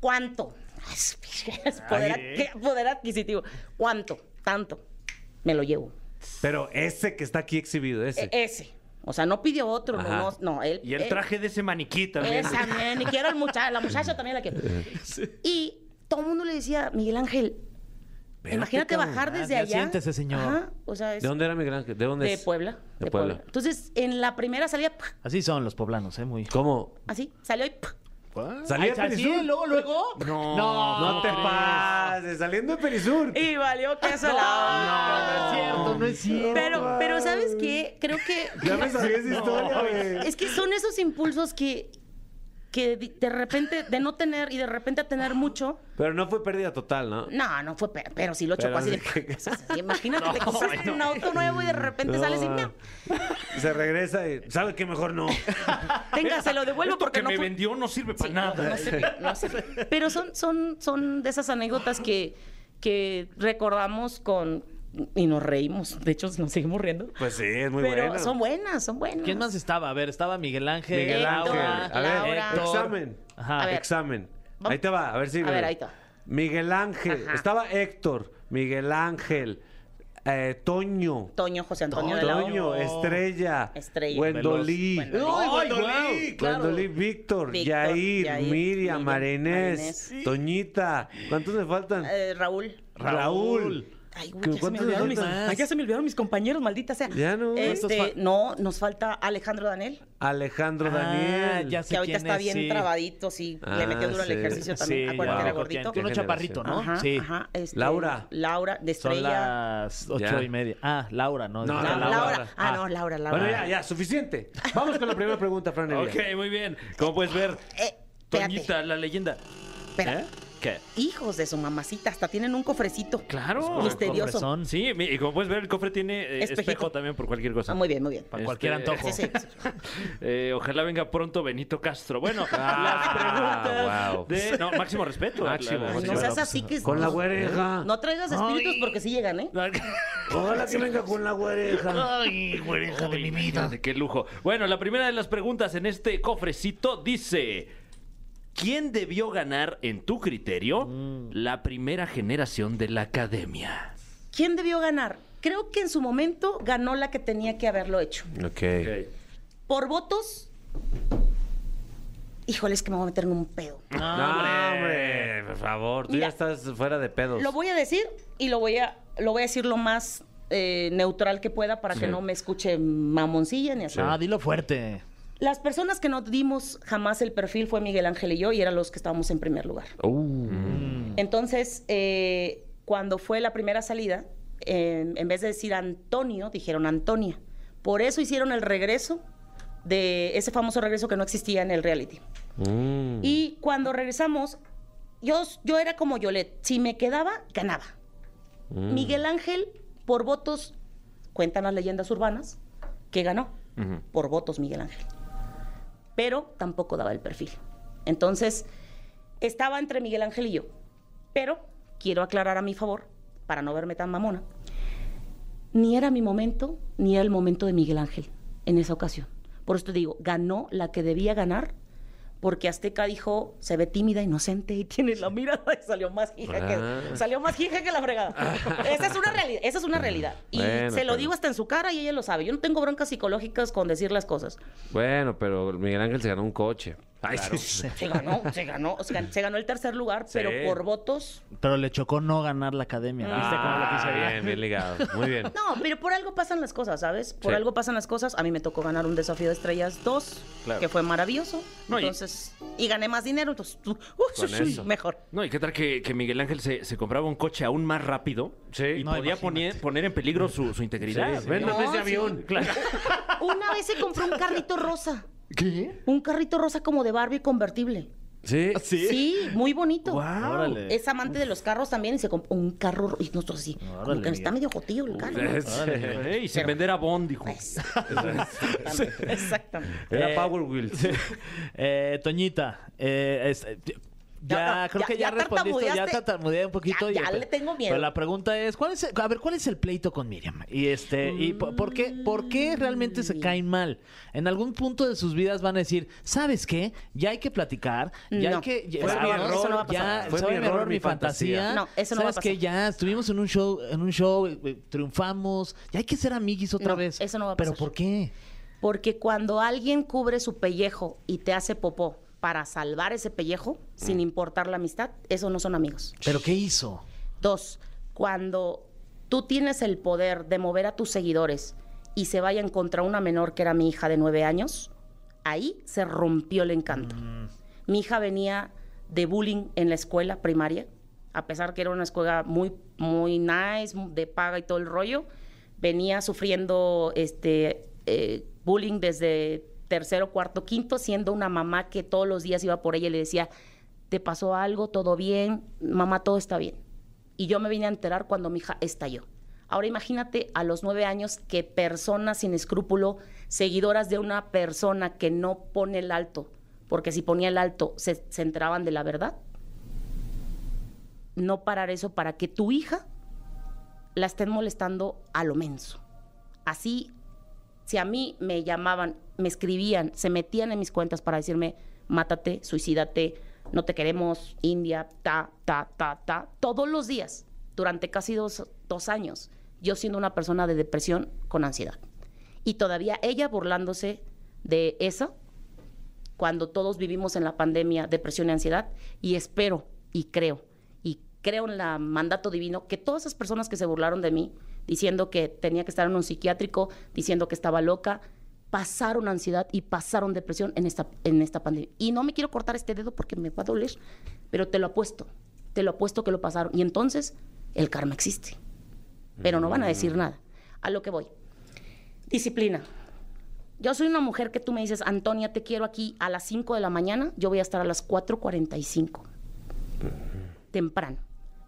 ¿Cuánto? Es poder,
Ay, ¿eh?
adqui- poder adquisitivo. ¿Cuánto? Tanto. Me lo llevo.
Pero eh, ese que está aquí exhibido, ese.
E- Ese. O sea, no pidió otro, no,
Ajá.
no, no, él.
Y el
él-
traje de ese maniquí también.
Esa, man, y quiero al muchacho, la muchacha también la quiero. Y todo el mundo le decía, Miguel Ángel,
Espérate,
imagínate
cabrón.
bajar desde
ya
allá.
siéntese, señor.
Ajá, o sea, es
¿De
de,
dónde era Miguel Ángel? ¿De dónde es?
Puebla,
De
de
Puebla.
Puebla. Entonces, en la primera salida, ¡pah!
Así son los poblanos, ¿eh? Muy.
¿Cómo?
así, salió y ¡pah!
¿Salía
Ay, ¿así?
Perisur?
¿Luego, luego?
No,
No,
No te pases, saliendo de Perisur.
Y valió queso la
No,
onda.
no es cierto, no es cierto.
Pero, pero ¿sabes qué? Creo que...
Ya me sabía esa historia, güey.
Es que son esos impulsos que, que de- de repente, de no tener y de repente a tener mucho.
Pero no fue pérdida total, ¿no?
No, no fue, pe- pero sí lo chocó
Pero
así de.
sí que-
o sea, sí, imagínate, te compraste un auto nuevo y de repente sales y. No,
Se regresa y sabe que mejor no.
tenga, se lo devuelvo
Esto
porque
que
no
me
fue.
vendió no sirve para nada.
No sé, no sé. Pero son, son, son de esas anécdotas que, que recordamos con. Y nos reímos. De hecho, nos seguimos riendo.
Pues sí, es muy
pero
buena.
son buenas, son buenas.
¿Quién más estaba? A ver, estaba Miguel Ángel.
Miguel Ángel.
Laura,
A ver,
Laura.
Héctor.
examen.
Ajá.
A ver.
Examen.
Vamos.
Ahí te va, a ver si.
A ver, ahí te va.
Miguel Ángel.
Ajá.
Estaba Héctor, Miguel Ángel, eh, Toño.
Toño, José Antonio de la O.
Toño, Estrella,
Estrella.
Wendolí,
¡Ay,
Veloz. Wendolí.
Wendolí,
Wendolí, claro!
Wendolí, Víctor,
Víctor,
Yair,
Yair,
Miriam,
Miriam,
Marinés,
Marinés.
Toñita. ¿Cuántos me faltan?
Eh, Raúl.
Raúl.
Ay,
¿Qué-
güey, ya se, me
cuántos
olvidaron
le
mis,
faltan?
ay, ya se me olvidaron mis compañeros, maldita sea.
Ya no.
Este,
Estos fa-
no, nos falta Alejandro Danel,
Alejandro
Ah,
Daniel.
ya sé
que ahorita
quién
está
es,
bien
sí.
trabadito, sí.
Ah,
le metió duro al
sí.
ejercicio también.
Sí,
ya.
Acuérdate que era
Wow.
gordito.
Uno chaparrito, ¿no?
Ajá,
sí.
ajá, este,
Laura.
Laura, de
Son
estrella.
las ocho
Ya.
y media. Ah, Laura, no.
No,
es
La-
Laura.
Laura. Ah,
Ah.
no, Laura, Laura.
Bueno, ya, ya, suficiente. Vamos con la primera pregunta, Fran. Evia.
Ok, muy bien. Como puedes ver,
Eh, espérate,
Toñita, la leyenda.
espérate.
¿Eh? ¿Qué?
Hijos de su mamacita, hasta tienen un cofrecito.
Claro.
Misterioso.
Cofresón.
Sí, mi- y como puedes ver, el cofre tiene eh,
Espejito.
espejo también por cualquier cosa.
Ah, muy bien, muy bien.
Para cualquier
Este,
antojo.
Sí, sí.
Eh, ojalá venga pronto Benito Castro. Bueno,
Ah,
las preguntas
wow.
de... No, máximo respeto.
Máximo.
Claro.
Ay, no seas así que ¿Eh?
Con la güereja.
No traigas espíritus porque sí llegan, ¿eh?
Ojalá que venga con la güereja.
Ay, güereja de mi vida. Qué lujo. Bueno, la primera de las preguntas en este cofrecito dice: ¿Quién debió ganar, en tu criterio,
Mm.
la primera generación de la academia?
¿Quién debió ganar? Creo que en su momento ganó la que tenía que haberlo hecho.
Ok.
Por votos. Híjole, es que me voy a meter en un pedo.
No, hombre, por favor, tú
Mira.
ya estás fuera de pedos.
Lo voy a decir y lo voy a, lo voy a decir lo más eh, neutral que pueda para que no me escuche mamoncilla ni así.
Ah, dilo fuerte.
Las personas que no dimos jamás el perfil fue Miguel Ángel y yo y eran los que estábamos en primer lugar.
Uh. Mm.
Entonces, eh, cuando fue la primera salida, eh, en vez de decir Antonio, dijeron Antonia. Por eso hicieron el regreso de ese famoso regreso que no existía en el reality. Y cuando regresamos, yo, yo era como Yolette. Si me quedaba, ganaba. Miguel Ángel, por votos, cuentan las leyendas urbanas, que ganó. Por votos Miguel Ángel. Pero tampoco daba el perfil. Entonces, estaba entre Miguel Ángel y yo. Pero quiero aclarar a mi favor, para no verme tan mamona, ni era mi momento, ni era el momento de Miguel Ángel en esa ocasión. Por esto digo, ganó la que debía ganar, porque Azteca dijo, se ve tímida, inocente y tiene la mirada y salió más hija que, salió más hija que la fregada. esa es una realidad, esa es una realidad. Y
Bueno,
se lo
pero-
digo hasta en su cara y ella lo sabe. Yo no tengo broncas psicológicas con decir las cosas.
Bueno, pero Miguel Ángel se ganó un coche. Ay, sí.
Se ganó, se ganó, se ganó, se ganó el tercer lugar, pero por votos
Pero le chocó no ganar la academia. ¿Viste cómo lo quise
Ah,
ver?
bien, bien ligado. Muy bien.
No, pero por algo pasan las cosas, ¿sabes? Por
Sí.
algo pasan las cosas. A mí me tocó ganar un desafío de estrellas 2, que fue maravilloso.
No, y-
entonces, y... gané más dinero, entonces, tú- uh, sí, sí,
eso.
mejor.
No, y qué tal que, que Miguel Ángel se, se compraba un coche aún más rápido
Sí.
y
No,
podía
imagínate.
poner, poner en peligro su, su integridad.
Sí, ven,
¿no?
no, ves Pues de
Ah, sí.
avión. Claro.
Una vez se compró un carrito rosa. ¿Qué? Un carrito rosa como de Barbie convertible.
Sí.
Sí, muy bonito.
Órale.
Es amante de los carros también y se compró un carro ro- y nosotros así, como
Órale,
que está
Miguel.
medio jotillo el carro. ¿no?
Ey, y sin vender a Bond, dijo.
Pues, Exactamente. exactamente.
Era
Eh,
Power Wheels.
Eh, Toñita, eh, es- eh, ya,
Ya,
creo
ya,
que ya,
ya
respondiste, ya
tartamudeaste.
tartamudeé un poquito.
Ya,
y-
ya le tengo miedo.
Pero la pregunta es, ¿cuál es el- a ver, ¿cuál es el pleito con Miriam? Y este, y po- por, qué, por qué realmente se caen mal? En algún punto de sus vidas van a decir, ¿sabes qué? Ya hay que platicar, ya hay
No.
que, ya,
Fue mi
vámonos,
error, eso no va a
ya,
pasar.
Fue
sabe
mi error, mi fantasía.
No, eso no va a
¿Sabes qué?
pasar.
Ya estuvimos en un show, en un show, eh, eh, triunfamos, ya hay que ser amiguis otra
No,
vez.
eso no va a
Pero
pasar.
¿por qué?
Porque cuando alguien cubre su pellejo y te hace popó para salvar ese pellejo, sin
Mm.
importar la amistad, esos no son amigos.
¿Pero qué hizo?
Dos, cuando tú tienes el poder de mover a tus seguidores y se vayan contra una menor que era mi hija de nueve años, ahí se rompió el encanto. Mi hija venía de bullying en la escuela primaria, a pesar que era una escuela muy, muy nice, de paga y todo el rollo, venía sufriendo este eh, bullying desde tercero, cuarto, quinto, siendo una mamá que todos los días iba por ella y le decía, ¿te pasó algo? ¿Todo bien? Mamá, todo está bien. Y yo me vine a enterar cuando mi hija estalló. Ahora imagínate a los nueve años que personas sin escrúpulo, seguidoras de una persona que no pone el alto, porque si ponía el alto se, se enteraban de la verdad. No parar eso para que tu hija la estén molestando a lo menso. Así, si a mí me llamaban, me escribían, se metían en mis cuentas para decirme, mátate, suicídate, no te queremos, India, ta, ta, ta, ta, todos los días, durante casi dos, dos años, yo siendo una persona de depresión con ansiedad. Y todavía ella burlándose de eso, cuando todos vivimos en la pandemia depresión y ansiedad, y espero y creo, y creo en el mandato divino, que todas esas personas que se burlaron de mí, diciendo que tenía que estar en un psiquiátrico, diciendo que estaba loca, pasaron ansiedad y pasaron depresión en esta, en esta pandemia. Y no me quiero cortar este dedo porque me va a doler, pero te lo apuesto, te lo apuesto que lo pasaron. Y entonces el karma existe, pero no van a decir nada. A lo que voy. Disciplina. Yo soy una mujer que tú me dices, Antonia, te quiero aquí a las 5 de la mañana, yo voy a estar a las 4.45. Temprano.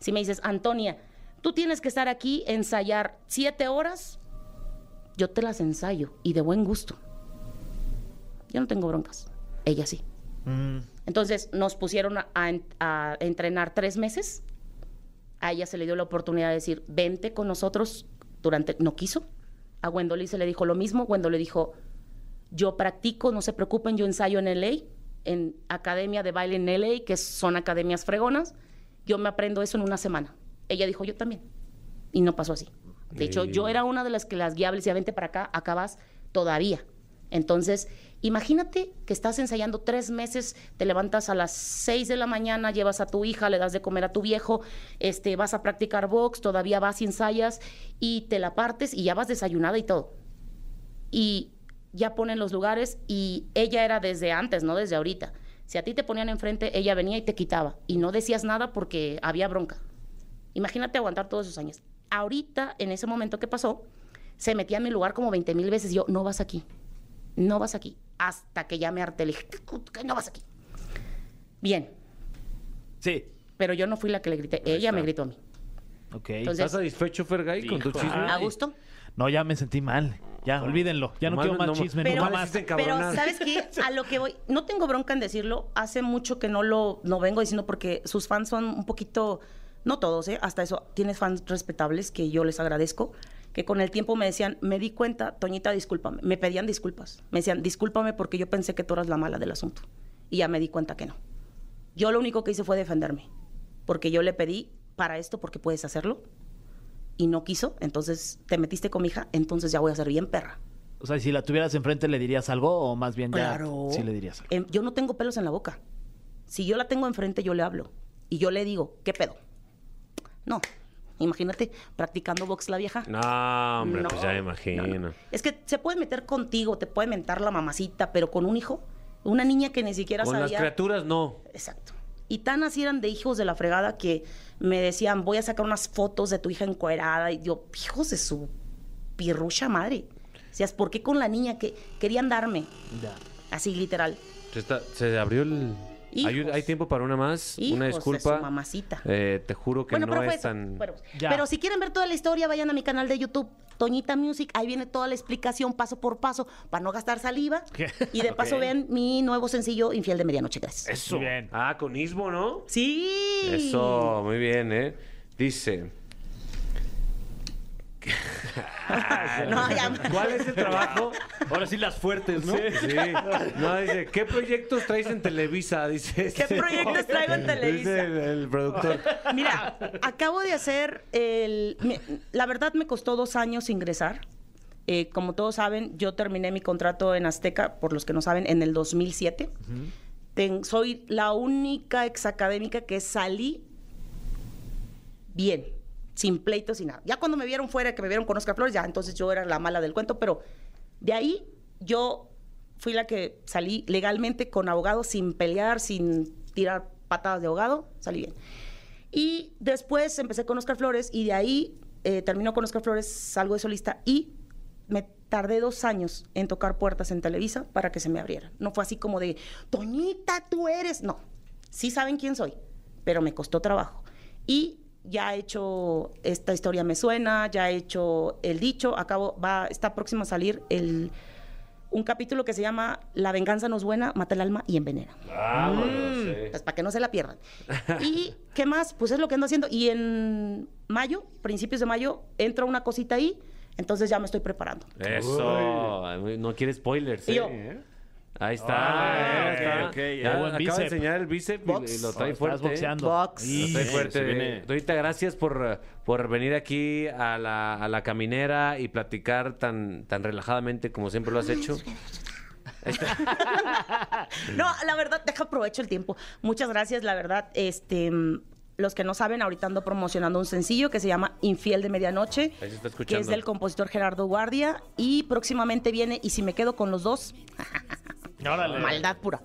Si me dices, Antonia, tú tienes que estar aquí, ensayar 7 horas, yo te las ensayo y de buen gusto. Yo no tengo broncas, ella sí. Entonces nos pusieron a, a en- a entrenar tres meses. A ella se le dio la oportunidad de decir, vente con nosotros durante... No quiso. A Wendolí se le dijo lo mismo. Wendolí dijo, yo practico, no se preocupen, yo ensayo en LA, en Academia de Baile en LA, que son academias fregonas. Yo me aprendo eso en una semana. Ella dijo, yo también. Y no pasó así. De hecho,
Y-
yo era una de las que las guiables decía, vente para acá, acabas todavía. Entonces, imagínate que estás ensayando tres meses, te levantas a las seis de la mañana, llevas a tu hija, le das de comer a tu viejo, este, vas a practicar box, todavía vas y ensayas y te la partes y ya vas desayunada y todo y ya ponen los lugares y ella era desde antes, no desde ahorita. Si a ti te ponían enfrente, ella venía y te quitaba y no decías nada porque había bronca. Imagínate aguantar todos esos años. Ahorita, en ese momento que pasó, se metía en mi lugar como 20 mil veces y yo, no vas aquí, no vas aquí, hasta que ya me harté, le dije, no vas aquí. Bien,
Sí.
pero yo no fui la que le grité, ella me gritó a mí.
Ok.
¿Estás
Entonces,
satisfecho, Fergay, con tu
Hijo.
chisme?
¿a gusto?
No, ya me sentí mal. Ya, olvídenlo. Ya no
Nomás
quiero
no-
más
no-
chisme.
Pero-
nunca
nomás
más.
dicen
Pero,
cabronar.
¿sabes qué? A lo que voy, no tengo bronca en decirlo, hace mucho que no lo no vengo diciendo porque sus fans son un poquito, no todos, ¿eh? hasta eso, tienes fans respetables que yo les agradezco, que con el tiempo me decían, me di cuenta, Toñita, discúlpame, me pedían disculpas, me decían, discúlpame porque yo pensé que tú eras la mala del asunto, y ya me di cuenta que no. Yo lo único que hice fue defenderme, porque yo le pedí para esto, porque puedes hacerlo, y no quiso, entonces te metiste con mi hija, entonces ya voy a ser bien perra.
O sea, si la tuvieras enfrente, ¿le dirías algo? O más bien ya
Claro.
sí le dirías algo.
Em, yo no tengo pelos en la boca. Si yo la tengo enfrente, yo le hablo. Y yo le digo, ¿qué pedo? No. Imagínate, practicando box la vieja.
No, hombre,
No,
pues ya me
no,
imagino.
no. Es que se puede meter contigo, te puede mentar la mamacita, pero con un hijo, una niña que ni siquiera
Con las
sabía.
criaturas, no.
Exacto. Y tan así eran de hijos de la fregada que me decían, voy a sacar unas fotos de tu hija encuerada. Y yo, hijos de su pirrucha madre. O sea, ¿por qué con la niña que querían darme? Así literal.
Se, está- se abrió el. Hay, un-
Hijos.
hay tiempo para una más.
Hijos
una
de su
disculpa.
mamacita.
Eh, te juro que
bueno,
no
pero fue
es
eso.
tan.
Bueno,
Ya.
pero si quieren ver toda la historia, vayan a mi canal de YouTube, Toñita Music. Ahí viene toda la explicación paso por paso para no gastar saliva. Y de paso vean mi nuevo sencillo, Infiel de Medianoche. Gracias.
Eso.
Muy bien.
Ah, con Ismo, ¿no?
Sí.
Eso, muy bien, ¿eh? Dice.
Ah, No, ya.
¿Cuál es el trabajo?
Ahora sí las fuertes, ¿no?
Sí. No, dice, ¿qué proyectos traes en Televisa? Dice.
¿Qué proyectos traigo en Televisa?
Dice el, el productor.
Mira, acabo de hacer el... mi- La verdad me costó dos años ingresar. Eh, como todos saben, yo terminé mi contrato en Azteca, por los que no saben, en el 2007. Ten- soy la única exacadémica que salí bien, sin pleitos y nada. Ya cuando me vieron fuera, que me vieron con Oscar Flores, ya entonces yo era la mala del cuento, pero de ahí yo fui la que salí legalmente con abogado, sin pelear, sin tirar patadas de abogado, salí bien. Y después empecé con Oscar Flores y de ahí eh, terminó con Oscar Flores, salgo de solista y me tardé dos años en tocar puertas en Televisa para que se me abrieran. No fue así como de, Toñita, tú eres. No, sí saben quién soy, pero me costó trabajo. Y ya he hecho Esta historia me suena, ya he hecho El dicho, acabo, va, está próximo a salir el, un capítulo que se llama La venganza no es buena, mata el alma y envenena.
Vámonos, eh.
Pues para que no se la pierdan. ¿Y qué más? Pues es lo que ando haciendo. Y en mayo, principios de mayo, entra una cosita ahí, entonces ya me estoy preparando.
Eso. No quiere spoilers.
Y yo-
¿eh? Ahí está.
Ah,
ahí está.
ok, ok,
Ya
ya. Buen
acaba de
bíceps.
enseñar el bíceps y-
Box.
y lo trae
Estás
fuerte. ¿eh?
boxeando.
Box.
Lo trae
Sí,
fuerte.
se viene.
Dorita, gracias por, por venir aquí a la, a la caminera y platicar tan, tan relajadamente como siempre lo has hecho.
No, la verdad, deja aprovecho el tiempo. Muchas gracias, la verdad. Este, mm, los que no saben, ahorita ando promocionando un sencillo que se llama Infiel de Medianoche,
Ahí se está
que
escuchando.
es del compositor Gerardo Guardia y próximamente viene y si me quedo con los dos,
Órale.
maldad pura.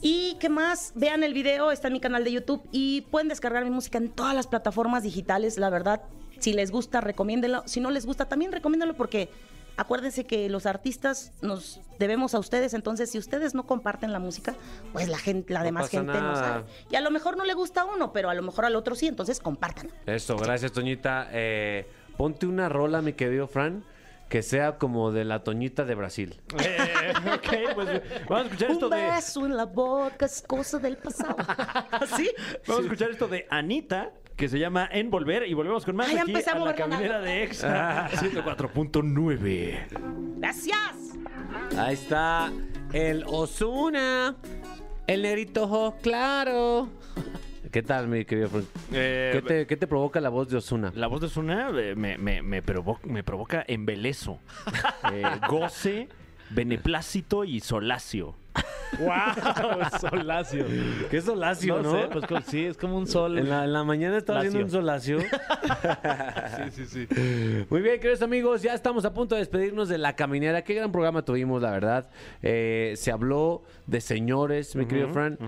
Y qué más, vean el video, está en mi canal de YouTube y pueden descargar mi música en todas las plataformas digitales, la verdad. Si les gusta, recomiéndenlo. Si no les gusta, también recomiéndenlo porque acuérdense que los artistas nos debemos a ustedes, entonces si ustedes no comparten la música, pues la gente, la
No
demás
pasa
gente no
nada.
sabe. Y a lo mejor no le gusta a uno, pero a lo mejor al otro sí, entonces compartan.
Eso, gracias, Toñita. Eh, ponte una rola, mi querido Fran, que sea como de la Toñita de Brasil.
Eh, ok, pues vamos a escuchar
Un
esto de.
beso en la boca es cosa del pasado. ¿Sí?
Vamos a escuchar esto de Anita, que se llama Envolver, y volvemos con más
Ay, ya
aquí
empecé a
a la
mover con
caminera
algo.
de
Ah.
Exa 104.9.
Gracias.
Ahí está el Osuna, el negrito ojo claro. ¿Qué tal, mi querido Fran?
Eh,
¿Qué te, qué te provoca la voz de Osuna?
La voz de Osuna eh, me, me, me, provo- me provoca embelezo, eh, goce, beneplácito y solacio.
¡Wow! Solacio.
¿Qué es Solacio, no?
sé, pues co- sí, es como un sol.
En la, en la mañana estaba
Lacio.
haciendo un solacio.
Sí, sí, sí.
Muy bien, queridos amigos, ya estamos a punto de despedirnos de La Caminera. Qué gran programa tuvimos, la verdad. Eh, se habló de señores, mi querido Fran,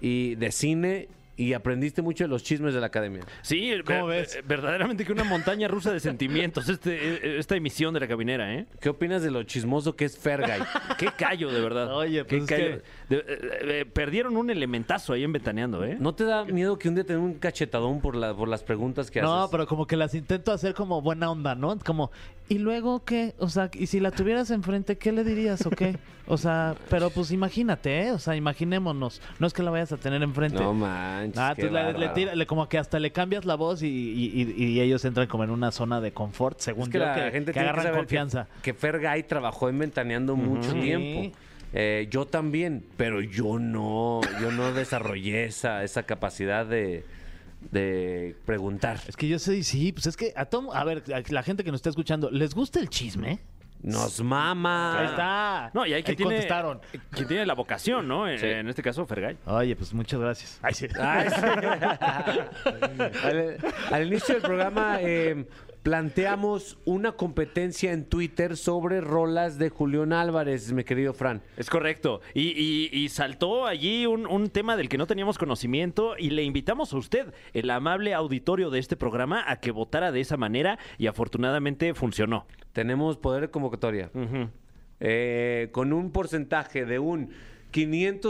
y de cine, y aprendiste mucho de los chismes de la academia.
Sí,
¿Cómo
ver-
ves?
eh, verdaderamente que una montaña rusa de sentimientos este, eh, esta emisión de la caminera, ¿eh?
¿Qué opinas de lo chismoso que es Fergay?
Qué callo, de verdad.
Oye,
Qué
pues es
callo. De- eh, eh, perdieron un elementazo ahí en Ventaneando, ¿eh?
¿No te da miedo que un día te den un cachetadón por, la, por las preguntas que
No,
haces?
pero como que las intento hacer como buena onda, ¿no? Como, ¿y luego qué? O sea, ¿y si la tuvieras enfrente, qué le dirías o qué? O sea, pero pues imagínate, ¿eh? O sea, imaginémonos. No es que la vayas a tener enfrente.
No manches.
Ah,
qué
tú le, le
bárbaro.
tira- le- como que hasta le cambias la voz y, y- y- y ellos entran como en una zona de confort, según
Es que
yo,
la
que,
gente
que
tiene que
agarran
saber
confianza.
Que, que Fergay trabajó en Ventaneando mucho
Sí.
tiempo. Eh, yo también, pero yo no, yo no desarrollé esa, esa capacidad de, de preguntar.
Es que yo sé, sí, pues es que a todo, a ver, a la gente que nos está escuchando, ¿les gusta el chisme?
Nos mama.
Ahí está.
No, y hay que
Ahí
tiene,
contestaron.
quien tiene la vocación, ¿no? En,
Sí.
en este caso, Fergay.
Oye, pues muchas gracias. Ay, sí.
Ay, sí. al, al inicio del programa eh, planteamos una competencia en Twitter sobre rolas de Julián Álvarez, mi querido Fran.
Es correcto. Y, y- y saltó allí un, un tema del que no teníamos conocimiento y le invitamos a usted, el amable auditorio de este programa, a que votara de esa manera y afortunadamente funcionó.
Tenemos poder de convocatoria. Eh, con un porcentaje de un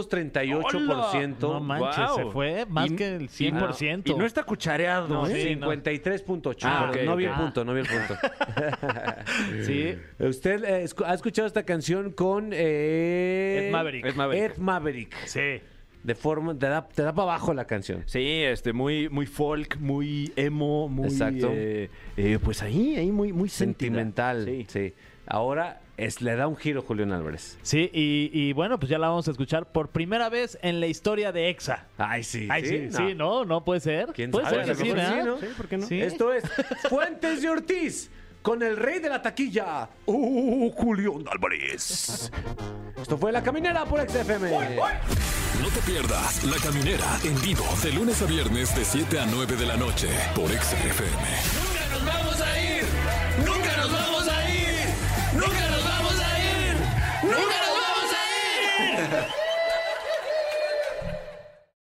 538%.
No manches,
Guau.
se fue más
Y-
que el
y no-
100%.
Y no está cuchareado,
No,
¿eh?
sí, no.
53.8.
Ah,
Perdón,
ok,
no vi
ok.
el punto, no vi el punto.
Sí.
Usted eh, escu- ha escuchado esta canción con eh,
Ed Maverick.
Ed Maverick. Ed Maverick.
Sí.
De forma, te da, te da para abajo la canción.
Sí, este, muy, muy folk, muy emo, muy.
Exacto.
eh, eh, pues ahí, ahí muy, muy sentida.
Sentimental. Sí.
Sí.
Ahora es, le da un giro Julián Álvarez.
Sí, y, y bueno, pues ya la vamos a escuchar por primera vez en la historia de EXA.
Ay, sí.
Ay, sí, sí, no, no puede ser.
¿Quién
puede
sabe?
ser
A
que
lo
sí,
mejor
¿verdad?
sí, ¿no?
Sí,
¿por
qué no?
Esto es Fuentes de Ortiz con el rey de la taquilla, uh, Julián Álvarez. Esto fue La Caminera por XFM.
No te pierdas La Caminera en vivo de lunes a viernes de 7 a 9 de la noche por XFM. ¡Nunca nos vamos a ir! ¡Nunca nos vamos a ir! ¡Nunca nos vamos a ir! ¡Nunca nos vamos a ir!